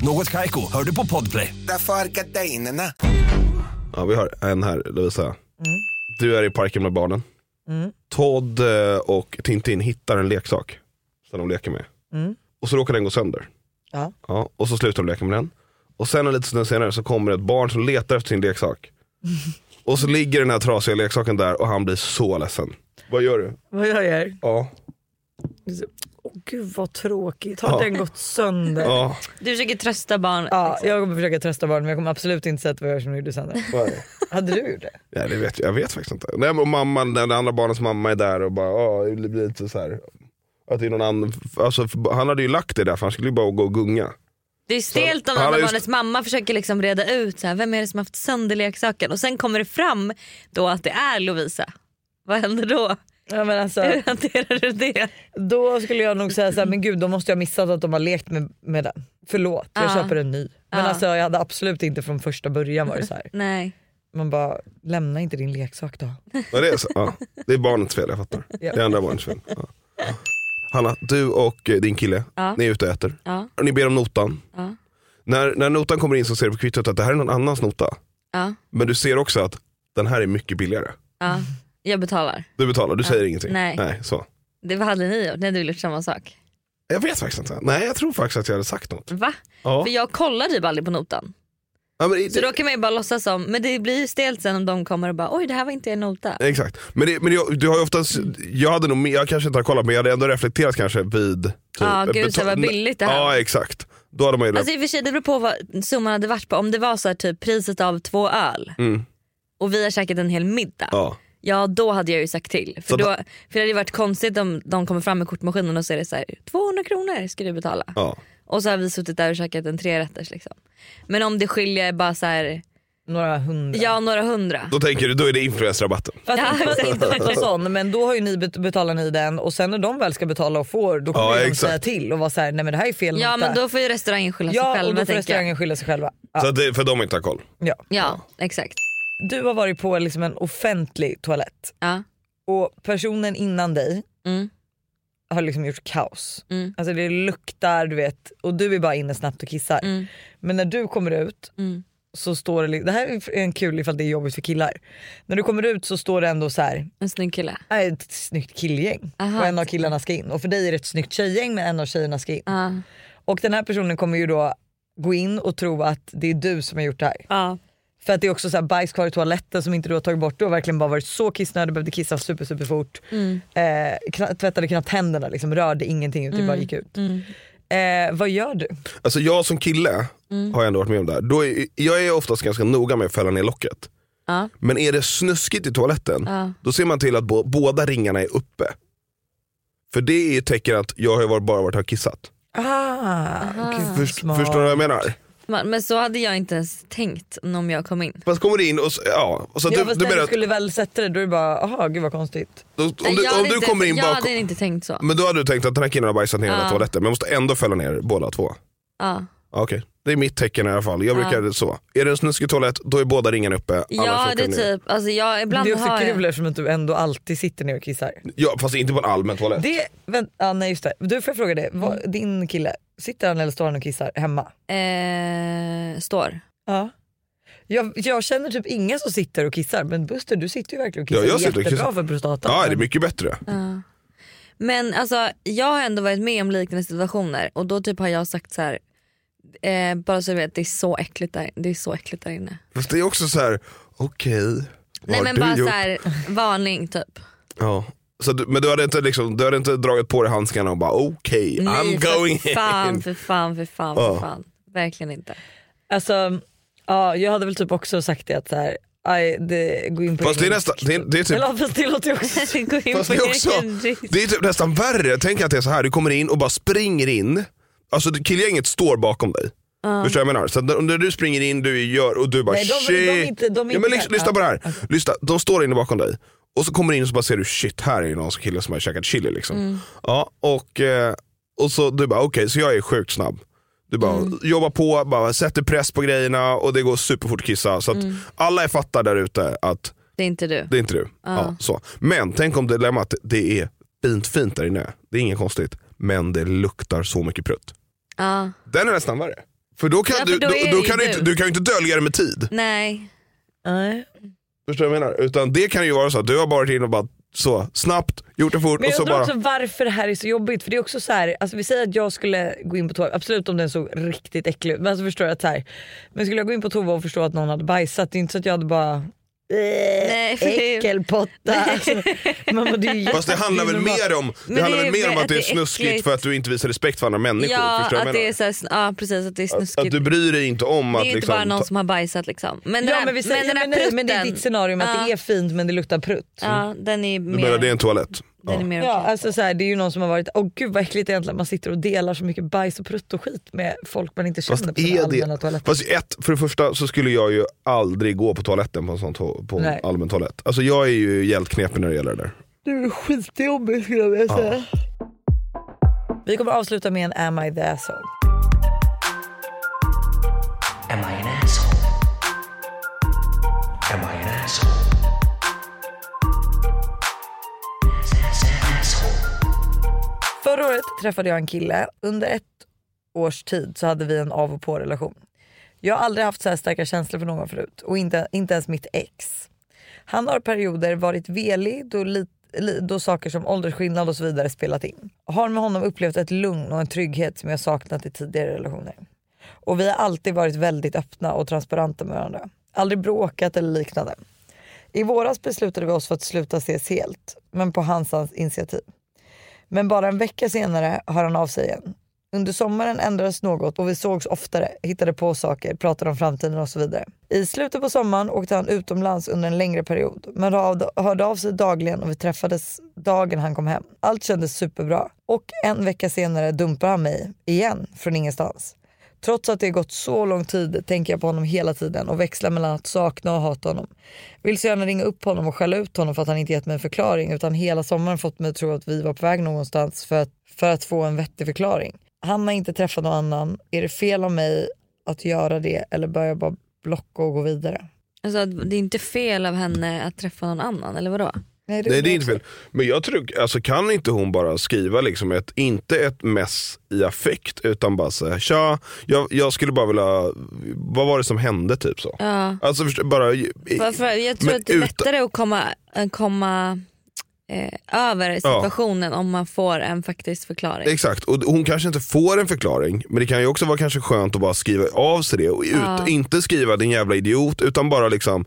Speaker 9: Något Kaiko, hör du på Podplay.
Speaker 10: Därför är gardinerna.
Speaker 3: Ja, vi har en här Lovisa.
Speaker 1: Mm.
Speaker 3: Du är i parken med barnen.
Speaker 2: Mm,
Speaker 3: Todd eh, och Tintin hittar en leksak som de leker med.
Speaker 2: mm.
Speaker 3: Och så råkar den gå sönder.
Speaker 2: Ja.
Speaker 3: och så slutar de leka med den. Och sen en liten stund senare så kommer ett barn som letar efter sin leksak. och så ligger den här trasiga leksaken där och han blir så ledsen. Vad gör du?
Speaker 2: Vad jag gör?
Speaker 3: Ja.
Speaker 2: Åh gud vad tråkigt,
Speaker 3: Ja.
Speaker 2: har den gått sönder?
Speaker 3: ja.
Speaker 1: Du försöker trösta barn.
Speaker 2: Ja, jag kommer försöka trösta barnen men jag kommer absolut inte säga att det var jag som gjorde sönder.
Speaker 3: Nej.
Speaker 2: Hade du gjort det?
Speaker 3: Ja, det vet, jag vet faktiskt inte. Nej, men mamman, den andra barnens mamma är där och bara, ja, det blir lite så här. Att det är någon annan, alltså, för- han hade ju lagt det där för han skulle ju bara gå och gunga.
Speaker 1: Det är stelt om
Speaker 3: Han har
Speaker 1: andra
Speaker 3: just-
Speaker 1: barnets mamma försöker liksom reda ut så här, vem är det som haft sönder leksaken och sen kommer det fram då att det är Lovisa. Vad händer då?
Speaker 2: Ja, men alltså,
Speaker 1: Hur hanterar du det?
Speaker 2: då skulle jag nog säga så här, men gud då måste jag ha missat att de har lekt med, med den. Förlåt, jag
Speaker 1: Ja.
Speaker 2: köper en ny. Men
Speaker 1: Ja.
Speaker 2: alltså jag hade absolut inte från första början varit så här.
Speaker 1: Nej.
Speaker 2: Man bara, lämna inte din leksak då.
Speaker 3: Ja, det, är så. Ja, det är barnets fel, jag fattar. Det är andra barnets fel. Ja. Hanna, du och eh, din kille,
Speaker 1: Ja.
Speaker 3: ni är ute och äter.
Speaker 1: Ja.
Speaker 3: Och Ni ber om notan.
Speaker 1: Ja.
Speaker 3: När, när notan kommer in så ser du på kvittot att det här är någon annans nota.
Speaker 1: Ja.
Speaker 3: Men du ser också att den här är mycket billigare.
Speaker 1: Ja. Jag betalar.
Speaker 3: Du betalar, du säger ingenting.
Speaker 1: Nej.
Speaker 3: så.
Speaker 1: Det, vad hade ni gjort? Ni hade väl gjort samma sak?
Speaker 3: Jag vet faktiskt inte. Nej, jag tror faktiskt att jag hade sagt något.
Speaker 1: Va?
Speaker 3: Ja.
Speaker 1: För jag kollar typ aldrig på notan.
Speaker 3: Ja, men det-
Speaker 1: Så då kan man ju bara låtsas som, men det blir ju stelt sen om de kommer och bara oj det här var inte er nota.
Speaker 3: Exakt. Men, det, men jag, du har ju oftast, jag hade nog, jag kanske inte har kollat men jag hade ändå reflekterat kanske vid... Typ,
Speaker 1: Ja, gud,
Speaker 3: betal-
Speaker 1: så vad billigt det här var.
Speaker 3: Ja exakt. Då hade man ju...
Speaker 1: Alltså i och för sig det beror på vad summan hade varit på. Om det var så här, typ priset av två öl
Speaker 3: Mm.
Speaker 1: och vi har käkat en hel middag.
Speaker 3: ja.
Speaker 1: Ja då hade jag ju sagt till. För,
Speaker 3: Så
Speaker 1: då, för det hade ju varit konstigt om de kommer fram med kortmaskinen och så är det så här 200 kronor ska du betala.
Speaker 3: Ja.
Speaker 1: Och så har vi suttit där och käkat en trerätters liksom. Men om det skiljer bara så här,
Speaker 2: Några hundra.
Speaker 1: ja några hundra.
Speaker 3: Då tänker du, då är det influencerrabatten.
Speaker 2: Fast
Speaker 1: Ja,
Speaker 2: inte, inte också Alltså, sån, men då har ju ni bet- betalar ni den och sen när de väl ska betala och får då kommer
Speaker 3: Ja,
Speaker 2: ju de
Speaker 3: exakt.
Speaker 2: säga till och vara så här, nej men det här är fel
Speaker 1: Ja
Speaker 2: nota.
Speaker 1: men då får ju restaurangen skylla sig
Speaker 2: ja och
Speaker 1: själva
Speaker 2: då får
Speaker 1: tänker jag.
Speaker 2: restaurangen skylla sig själva. Ja.
Speaker 3: Så att det, för de inte har koll.
Speaker 2: Ja.
Speaker 1: Ja exakt.
Speaker 2: Du har varit på liksom en offentlig toalett
Speaker 1: Ja.
Speaker 2: och personen innan dig
Speaker 1: Mm.
Speaker 2: har liksom gjort kaos.
Speaker 1: Mm.
Speaker 2: Alltså det luktar du vet och du är bara inne snabbt och kissar.
Speaker 1: Mm.
Speaker 2: Men när du kommer ut
Speaker 1: Mm.
Speaker 2: så står det, li- det här är en kul ifall det är jobbigt för killar. När du kommer ut så står det ändå så här,
Speaker 1: En snygg kille.
Speaker 2: "Här är ett snyggt killgäng
Speaker 1: Aha.
Speaker 2: och en av killarna ska in. Och för dig är det ett snyggt tjejgäng men en av tjejerna ska in.
Speaker 1: Ja.
Speaker 2: Och den här personen kommer ju då gå in och tro att det är du som har gjort det här.
Speaker 11: Ja.
Speaker 2: För att det är också så här bajs kvar i toaletten som inte du har tagit bort. Du har verkligen bara varit så kissnödig, behövde kissa super super fort.
Speaker 1: Mm,
Speaker 2: Eh, kna- tvättade knappt händerna, liksom, rörde ingenting
Speaker 1: Mm.
Speaker 2: utan bara gick ut. Eh, vad gör du?
Speaker 3: Alltså jag som kille
Speaker 1: mm.
Speaker 3: har jag ändå varit med om det här. Då är, jag är oftast ganska noga med att fälla ner locket.
Speaker 1: Ja.
Speaker 3: Men är det snuskigt i toaletten, då ser man till att bo, båda ringarna är uppe. För det är ju ett tecken att jag har varit, bara varit och har kissat.
Speaker 2: Ah, gud,
Speaker 3: Först,
Speaker 2: smart.
Speaker 3: förstår du vad jag menar?
Speaker 1: Man- Men så hade jag inte ens tänkt om jag kom in.
Speaker 3: Fast kommer det in och, s- ja, och så
Speaker 2: Ja,
Speaker 3: du,
Speaker 2: fast när
Speaker 3: du menar
Speaker 2: du
Speaker 3: att,
Speaker 2: skulle väl sätta dig då är det bara, aha gud vad konstigt.
Speaker 3: då- om du,
Speaker 1: jag
Speaker 3: om
Speaker 1: hade
Speaker 3: du
Speaker 1: inte,
Speaker 3: kommer in
Speaker 1: jag
Speaker 3: bakom,
Speaker 1: hade inte tänkt så.
Speaker 3: men då hade du tänkt att den här killen har bajsat ner hela
Speaker 1: Ja.
Speaker 3: toaletten, men jag måste ändå fälla ner båda två.
Speaker 1: Ja.
Speaker 3: Ja, Okej, det är mitt tecken i alla fall. Jag brukar så. Är det en snuskig toalett, då är båda ringarna uppe. annars
Speaker 1: Ja
Speaker 3: åker
Speaker 1: det är
Speaker 3: den ner.
Speaker 1: typ, alltså jag, ibland
Speaker 2: det är också
Speaker 1: har jag.
Speaker 2: kul eftersom att du ändå alltid sitter ner och kissar.
Speaker 3: Ja, fast inte på en allmän toalett.
Speaker 2: Det, vänt, ah, nej just det. Du får jag fråga dig, vad, din kille, sitter han eller står han och kissar hemma?
Speaker 1: Eh, står.
Speaker 2: Ja. Jag, jag känner typ ingen som sitter och kissar men Buster du sitter ju verkligen och kissar.
Speaker 3: Ja, jag sitter och
Speaker 2: Jättebra
Speaker 3: kissar.
Speaker 2: för prostatan.
Speaker 3: Ja, det är mycket bättre.
Speaker 1: Men alltså jag har ändå varit med om liknande situationer och då typ har jag sagt så här. Eh, bara så du vet det är så äckligt där, det är så äckligt där inne.
Speaker 3: Fast det är också så här, okej, vad
Speaker 1: Nej
Speaker 3: har
Speaker 1: men
Speaker 3: du
Speaker 1: bara
Speaker 3: gjort?
Speaker 1: så här, varning typ.
Speaker 3: Ja. Så du, men du hade, inte liksom, du hade inte dragit på dig handskarna och bara okej,
Speaker 1: Nej,
Speaker 3: I'm going
Speaker 1: för fan,
Speaker 3: in.
Speaker 1: för fan, för fan,
Speaker 3: Ja.
Speaker 1: för fan. Verkligen inte.
Speaker 2: Alltså, ja, jag hade väl typ också sagt det att så här, aj, det, gå in på
Speaker 3: Fast det är
Speaker 2: egen
Speaker 3: nästan,
Speaker 2: risk,
Speaker 3: det är,
Speaker 2: typ.
Speaker 3: det är typ
Speaker 2: Eller fast det låter ju också
Speaker 1: Gå in
Speaker 3: Fast
Speaker 1: på
Speaker 3: det är också,
Speaker 1: egen risk.
Speaker 3: det är typ nästan värre. Tänk att det är så här, du kommer in och bara springer in. Alltså det- killgänget står bakom dig. Förstår du vad jag menar? Så att när du springer in du gör, och du bara
Speaker 2: Nej, de-
Speaker 3: shit.
Speaker 2: de är inte- de är
Speaker 3: ja, men
Speaker 2: inte
Speaker 3: lyssna,
Speaker 2: där.
Speaker 3: lyssna på det här.
Speaker 2: Ja.
Speaker 3: Lyssna, de står inne bakom dig. Och så kommer du in och så bara ser du shit här är ju någon som kille som har käkat chili. Liksom.
Speaker 1: Mm,
Speaker 3: Ja, och, eh, och så du bara okej så jag är sjukt snabb. Du bara
Speaker 1: Mm.
Speaker 3: jobbar på, bara sätter press på grejerna och det går superfort att kissa. Så att
Speaker 1: Mm.
Speaker 3: alla fattar där ute att
Speaker 1: Det är inte du.
Speaker 3: det är inte du. Ja, så. Men tänk om dilemmat det är fint fint där inne. Det är inget konstigt. Men det luktar så mycket prutt.
Speaker 1: Ja.
Speaker 3: Den är nästan värre. För då kan,
Speaker 1: Ja, för
Speaker 3: du,
Speaker 1: då
Speaker 3: då,
Speaker 1: är
Speaker 3: då
Speaker 1: det ju
Speaker 3: kan du, inte,
Speaker 1: du.
Speaker 3: du kan ju inte dölja det med tid.
Speaker 1: Nej.
Speaker 2: Nej.
Speaker 3: Förstår du vad jag menar? Utan det kan ju vara så att du har bara varit in och bara så snabbt, gjort det fort
Speaker 2: Men
Speaker 3: och
Speaker 2: jag
Speaker 3: så
Speaker 2: undrar
Speaker 3: bara.
Speaker 2: också varför det här är så jobbigt. För det är också så här, alltså vi säger att jag skulle gå in på toa, absolut om den såg riktigt äcklig ut. Men alltså förstår jag att så här, men skulle jag gå in på toa och förstå att någon hade bajsat, det är inte så att jag hade bara
Speaker 1: Nej,
Speaker 2: Nej,
Speaker 1: för det är-
Speaker 2: äckelpotta. Alltså, mamma, det är ju
Speaker 3: Fast det handlar väl
Speaker 2: jättenormalt.
Speaker 3: mer om, det
Speaker 1: det
Speaker 3: handlar
Speaker 1: är
Speaker 3: väl mer om
Speaker 1: mer
Speaker 3: att det är
Speaker 1: att det är
Speaker 3: snuskigt
Speaker 1: äckligt.
Speaker 3: för att du inte visar respekt för andra människor.
Speaker 1: Ja,
Speaker 3: förstår du
Speaker 1: att
Speaker 3: vad jag
Speaker 1: det är
Speaker 3: menar?
Speaker 1: så här, sn- ja precis att det är snuskigt.
Speaker 3: Att du bryr dig inte om
Speaker 1: det
Speaker 3: att
Speaker 1: är ju inte
Speaker 3: liksom,
Speaker 1: bara någon
Speaker 3: ta-
Speaker 1: som har bajsat liksom. Men, den
Speaker 2: Ja,
Speaker 1: här,
Speaker 2: men, vi säger,
Speaker 1: den
Speaker 2: ja,
Speaker 1: här
Speaker 2: men, nej, men det är
Speaker 1: prutten,
Speaker 2: ditt scenario med att det
Speaker 1: Ja.
Speaker 2: är fint men det luktar prutt.
Speaker 1: Ja, den är
Speaker 3: du menar,
Speaker 1: mer,
Speaker 3: det är en toalett.
Speaker 1: den är mer
Speaker 2: Ja,
Speaker 1: okej.
Speaker 2: alltså så här, det är ju någon som har varit, åh gud vad äckligt egentligen man sitter och delar så mycket bajs och prutt och skit med folk man inte känner
Speaker 3: Fast
Speaker 2: på den
Speaker 3: är
Speaker 2: allmänna
Speaker 3: det...
Speaker 2: toaletten.
Speaker 3: Fast ett, för det första så skulle jag ju aldrig gå på toaletten på en sån to- på en
Speaker 2: Nej.
Speaker 3: allmän toalett. Alltså jag är ju helt knepig när det gäller det där.
Speaker 2: Du är skitjobbig skulle jag vilja säga. Vi kommer avsluta med en Am I the asshole?
Speaker 12: Am I an asshole? Am I an asshole? Ass- ass- asshole.
Speaker 2: Förra året träffade jag en kille. Under ett års tid så hade vi en av och på relation. Jag har aldrig haft så här starka känslor för någon förut och inte, inte ens mitt ex. Han har perioder varit velig då, li, li, då saker som åldersskillnad och så vidare spelat in. Har med honom upplevt ett lugn och en trygghet som jag saknat i tidigare relationer. Och vi har alltid varit väldigt öppna och transparenta med varandra. Aldrig bråkat eller liknande. I våras beslutade vi oss för att sluta ses helt, men på hans initiativ. Men bara en vecka senare hör han av sig igen. Under sommaren ändrades något och vi sågs oftare, hittade på saker, pratade om framtiden och så vidare. I slutet på sommaren åkte han utomlands under en längre period men hörde av- hörde av sig dagligen och vi träffades dagen han kom hem. Allt kändes superbra. Och en vecka senare dumpar han mig, igen, från ingenstans. Trots att det gått så lång tid tänker jag på honom hela tiden och växlar mellan att sakna och hata honom. Vill så gärna ringa upp honom och skälla ut honom för att han inte gett mig en förklaring utan hela sommaren fått mig att tro att vi var på väg någonstans för att, för att få en vettig förklaring. Han har inte träffat någon annan. Är det fel av mig att göra det eller bör jag bara blocka och gå vidare?
Speaker 1: Alltså, det är inte fel av henne att träffa någon annan eller vadå?
Speaker 8: Nej,
Speaker 3: Nej det är inte fel. Men jag tror, alltså kan inte hon bara skriva liksom ett, inte ett mess i affekt utan bara säga tja, jag, jag skulle bara vilja, vad var det som hände typ så.
Speaker 1: Ja.
Speaker 3: Alltså förstå- bara, i-
Speaker 1: Varför? Jag tror
Speaker 3: Men
Speaker 1: att det är
Speaker 3: utan-
Speaker 1: lättare att komma, att komma eh, över situationen om man får en faktisk förklaring.
Speaker 3: Exakt, och hon kanske inte får en förklaring men det kan ju också vara kanske skönt att bara skriva av sig det och ut,
Speaker 1: Ja.
Speaker 3: inte skriva din jävla idiot utan bara liksom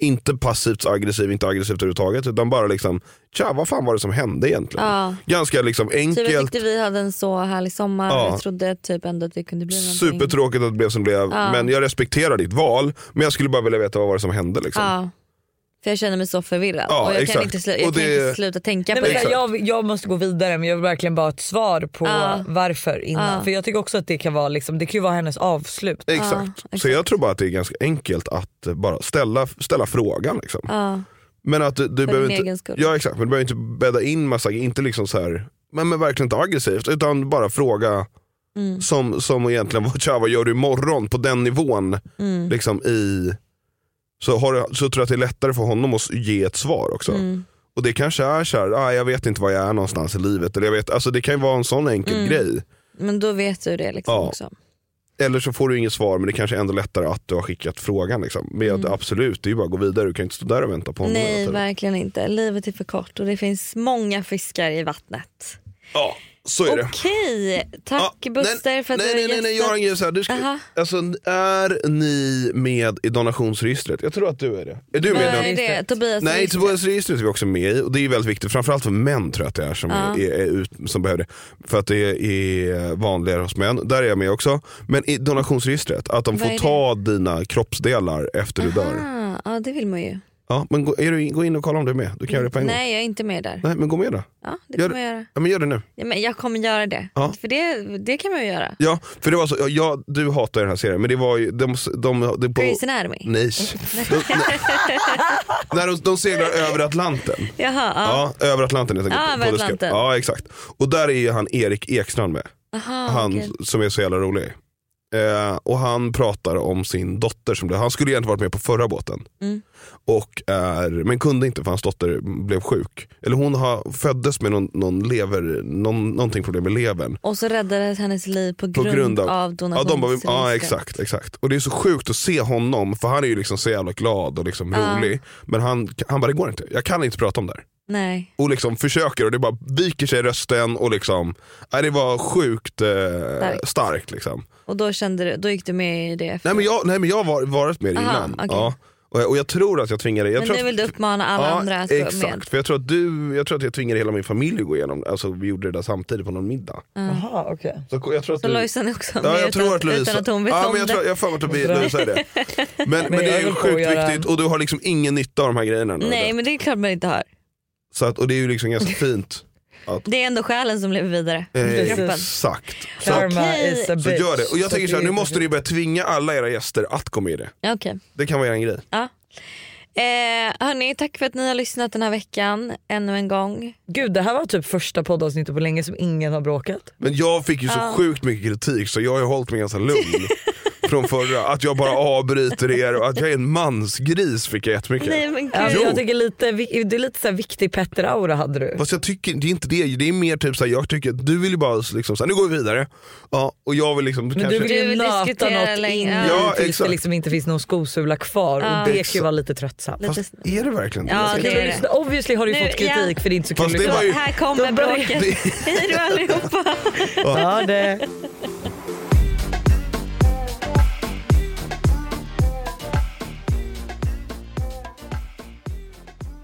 Speaker 3: inte passivt aggressiv, inte aggressivt överhuvudtaget utan bara liksom tja vad fan var det som hände egentligen.
Speaker 1: Ja.
Speaker 3: Ganska liksom
Speaker 1: Typ jag
Speaker 3: enkelt,
Speaker 1: tyckte vi hade en så härlig sommar
Speaker 3: Ja.
Speaker 1: jag trodde typ ändå att det kunde bli någonting.
Speaker 3: supertråkigt att det blev som det blev
Speaker 1: Ja.
Speaker 3: men jag respekterar ditt val men jag skulle bara vilja veta vad var det som hände. Liksom.
Speaker 1: Ja. För jag känner mig så förvirrad
Speaker 3: Ja,
Speaker 1: och jag,
Speaker 3: exakt.
Speaker 1: kan inte, slu- jag
Speaker 3: Och
Speaker 1: kan
Speaker 3: det-
Speaker 1: inte sluta tänka
Speaker 2: Nej,
Speaker 1: på
Speaker 2: men
Speaker 1: det.
Speaker 2: jag, jag, jag måste gå vidare men jag vill verkligen bara ha ett svar på
Speaker 1: Ja.
Speaker 2: varför innan.
Speaker 1: Ja.
Speaker 2: För jag tycker också att det kan vara, liksom, det kan ju vara hennes avslut.
Speaker 1: Ja,
Speaker 3: Exakt. så jag tror bara att det är ganska enkelt att eh, bara ställa, ställa frågan. Liksom.
Speaker 1: Ja.
Speaker 3: Men att du, du
Speaker 1: För din
Speaker 3: behöver
Speaker 1: egen
Speaker 3: inte,
Speaker 1: skull.
Speaker 3: ja, exakt, men du behöver inte bädda in massa, inte liksom så här, men, men verkligen inte aggressivt utan bara fråga
Speaker 1: Mm.
Speaker 3: som, som egentligen var tja vad gör du imorgon på den nivån.
Speaker 1: Mm.
Speaker 3: Liksom i, så, har, du- så tror jag att det är lättare för honom att s- ge ett svar också.
Speaker 1: Mm.
Speaker 3: Och det kanske är så här, ah, jag vet inte var jag är någonstans i livet. Eller jag vet, alltså det kan ju vara en sån enkel
Speaker 1: Mm.
Speaker 3: grej.
Speaker 1: Men då vet du det liksom
Speaker 3: Ja.
Speaker 1: också.
Speaker 3: Eller så får du inget svar men det kanske är ändå lättare att du har skickat frågan. Liksom. Men att
Speaker 1: Mm.
Speaker 3: absolut, det är ju bara att gå vidare. Du kan ju inte stå där och vänta på honom. hela
Speaker 1: Nej
Speaker 3: tiden.
Speaker 1: verkligen inte. Livet är för kort och det finns många fiskar i vattnet.
Speaker 3: ja, så är det.
Speaker 1: Okej, tack
Speaker 3: Ja,
Speaker 1: Buster för att
Speaker 3: nej,
Speaker 1: du
Speaker 3: nej, nej, nej, jag har en grej så här. Du ska,
Speaker 1: Aha.
Speaker 3: alltså, är ni med i donationsregistret? Jag tror att du är det. Är du med i
Speaker 1: Vad är
Speaker 3: don-
Speaker 1: det? Tobias
Speaker 3: Nej,
Speaker 1: Registret.
Speaker 3: Tobiasregistret är vi också med i och det är ju väldigt viktigt. Framförallt för män tror jag att det är som,
Speaker 1: Ja.
Speaker 3: är, är ut, som behöver det. För att det är vanligare hos män. Där är jag med också. Men i donationsregistret, att de
Speaker 1: Vad är
Speaker 3: får
Speaker 1: det?
Speaker 3: ta dina kroppsdelar efter du dör.
Speaker 1: Ah, ja, det vill man ju.
Speaker 3: Ja, men gå, är du, gå in och kolla om du är med. Du kan göra det på en gång.
Speaker 1: Nej, jag är inte med där.
Speaker 3: Nej, men gå med då.
Speaker 1: Ja, det
Speaker 3: Gör
Speaker 1: kommer jag göra.
Speaker 3: Ja, men gör det nu.
Speaker 1: Ja, men jag kommer göra det.
Speaker 3: Ja.
Speaker 1: För det, det kan man ju göra.
Speaker 3: Ja, för det var så, ja, ja, du hatar den här serien men det var ju, de, de, de, på,
Speaker 1: Grey's Anatomy.
Speaker 3: Nej. De, nej. När de, de seglar över Atlanten.
Speaker 1: Jaha, ja.
Speaker 3: Ja, över Atlanten helt enkelt.
Speaker 1: Ja, över
Speaker 3: På det ska-
Speaker 1: Atlanten.
Speaker 3: Ja, exakt. Och där är ju han Erik Ekstrand med.
Speaker 1: Aha,
Speaker 3: han
Speaker 1: Ah, okej.
Speaker 3: som är så jävla rolig. Eh, och han pratar om sin dotter som blev, han skulle egentligen varit med på förra båten.
Speaker 1: Mm.
Speaker 3: Och är, men kunde inte för hans dotter blev sjuk. Eller hon har, föddes med någon, någon lever, någon, någonting problem med levern.
Speaker 1: Och så räddades hennes liv på grund,
Speaker 3: grund
Speaker 1: av,
Speaker 3: av- Ja, de bara,
Speaker 1: donationsregistret.
Speaker 3: ja exakt, exakt. Och det är så sjukt att se honom för han är ju liksom så jävla glad och liksom
Speaker 1: Ja.
Speaker 3: rolig. Men han, han bara det går inte, jag kan inte prata om det här.
Speaker 1: Nej.
Speaker 3: Och liksom försöker och det bara viker sig i rösten och liksom, nej, det var sjukt eh, starkt. liksom.
Speaker 1: Och då, kände du, då gick du med i det? efter.
Speaker 3: Nej men jag, nej, men jag har varit- varit med det
Speaker 1: Aha,
Speaker 3: innan.
Speaker 1: okej.
Speaker 3: Ja. Och, jag- och jag tror att jag tvingade, jag
Speaker 1: men
Speaker 3: tror
Speaker 1: nu
Speaker 3: att,
Speaker 1: vill du uppmana alla
Speaker 3: ja,
Speaker 1: andra att gå med?
Speaker 3: Exakt, för jag tror att du, jag tror att jag tvingade hela min familj att gå igenom, alltså vi gjorde det där samtidigt på någon middag.
Speaker 2: Jaha, okej.
Speaker 3: Så jag tror att
Speaker 1: Så
Speaker 3: du-
Speaker 1: Lojsan är också med
Speaker 3: Ja, jag
Speaker 1: utan,
Speaker 3: tror att Lovisa...
Speaker 1: utan att hon vet
Speaker 3: ja,
Speaker 1: om
Speaker 3: men jag
Speaker 1: det?
Speaker 3: tror, jag får att Tobi- Lovisa är det. Men, men,
Speaker 2: jag
Speaker 3: det är
Speaker 2: höll
Speaker 3: ju
Speaker 2: på
Speaker 3: sjukt
Speaker 2: att göra-
Speaker 3: viktigt och du har liksom ingen nytta av de här grejerna. nu.
Speaker 1: Nej men det är klart man inte har.
Speaker 3: Så att, och det är ju liksom ganska fint.
Speaker 1: Det är ändå själen som lever vidare.
Speaker 3: Eh,
Speaker 1: Kroppen.
Speaker 3: exakt. Så, att,
Speaker 2: Karma
Speaker 1: Okej.
Speaker 2: is a bitch.
Speaker 3: så gör det. Och jag tänker så här,
Speaker 2: det-
Speaker 3: nu måste ni börja tvinga alla era gäster att gå med i det.
Speaker 1: Ja, Okej.
Speaker 3: Det kan vara er grej.
Speaker 1: Eh, hörni, tack för att ni har lyssnat den här veckan ännu en gång.
Speaker 2: Gud det här var typ första poddavsnittet på länge som ingen har bråkat.
Speaker 3: Men jag fick ju så sjukt mycket kritik så jag har ju hållit mig ganska lugn. Från förra, att jag bara avbryter er och att jag är en mansgris fick jag jättemycket.
Speaker 1: Nej men gud.
Speaker 2: Alltså,
Speaker 3: Jo.
Speaker 2: jag tycker lite, vi- det är lite så här viktig Petter-aura hade du.
Speaker 3: Fast jag tycker, det är inte det, det är mer typ såhär, jag tycker att du vill ju bara liksom såhär, nu går vi vidare. Ja, och jag vill liksom
Speaker 2: Men
Speaker 3: kanske...
Speaker 2: du vill ju
Speaker 1: Du vill
Speaker 2: nöta
Speaker 1: diskutera
Speaker 2: något
Speaker 1: länge.
Speaker 2: in
Speaker 1: Ja,
Speaker 2: tills det
Speaker 3: exakt.
Speaker 2: liksom inte finns någon skosula kvar
Speaker 1: Ja.
Speaker 2: och det kan ju
Speaker 3: Exakt.
Speaker 2: vara lite tröttsamt.
Speaker 1: Lite-
Speaker 3: Fast är det verkligen det?
Speaker 1: Ja,
Speaker 3: Jag
Speaker 1: det
Speaker 3: tror-
Speaker 1: är det.
Speaker 2: Så Obviously har du ju
Speaker 1: Nu,
Speaker 2: fått kritik
Speaker 1: ja.
Speaker 2: för det är inte så
Speaker 3: Fast
Speaker 2: kul
Speaker 3: det var ju-
Speaker 1: Här kommer
Speaker 2: Då börjar-
Speaker 1: bråket. Hej då allihopa.
Speaker 2: Ja, det...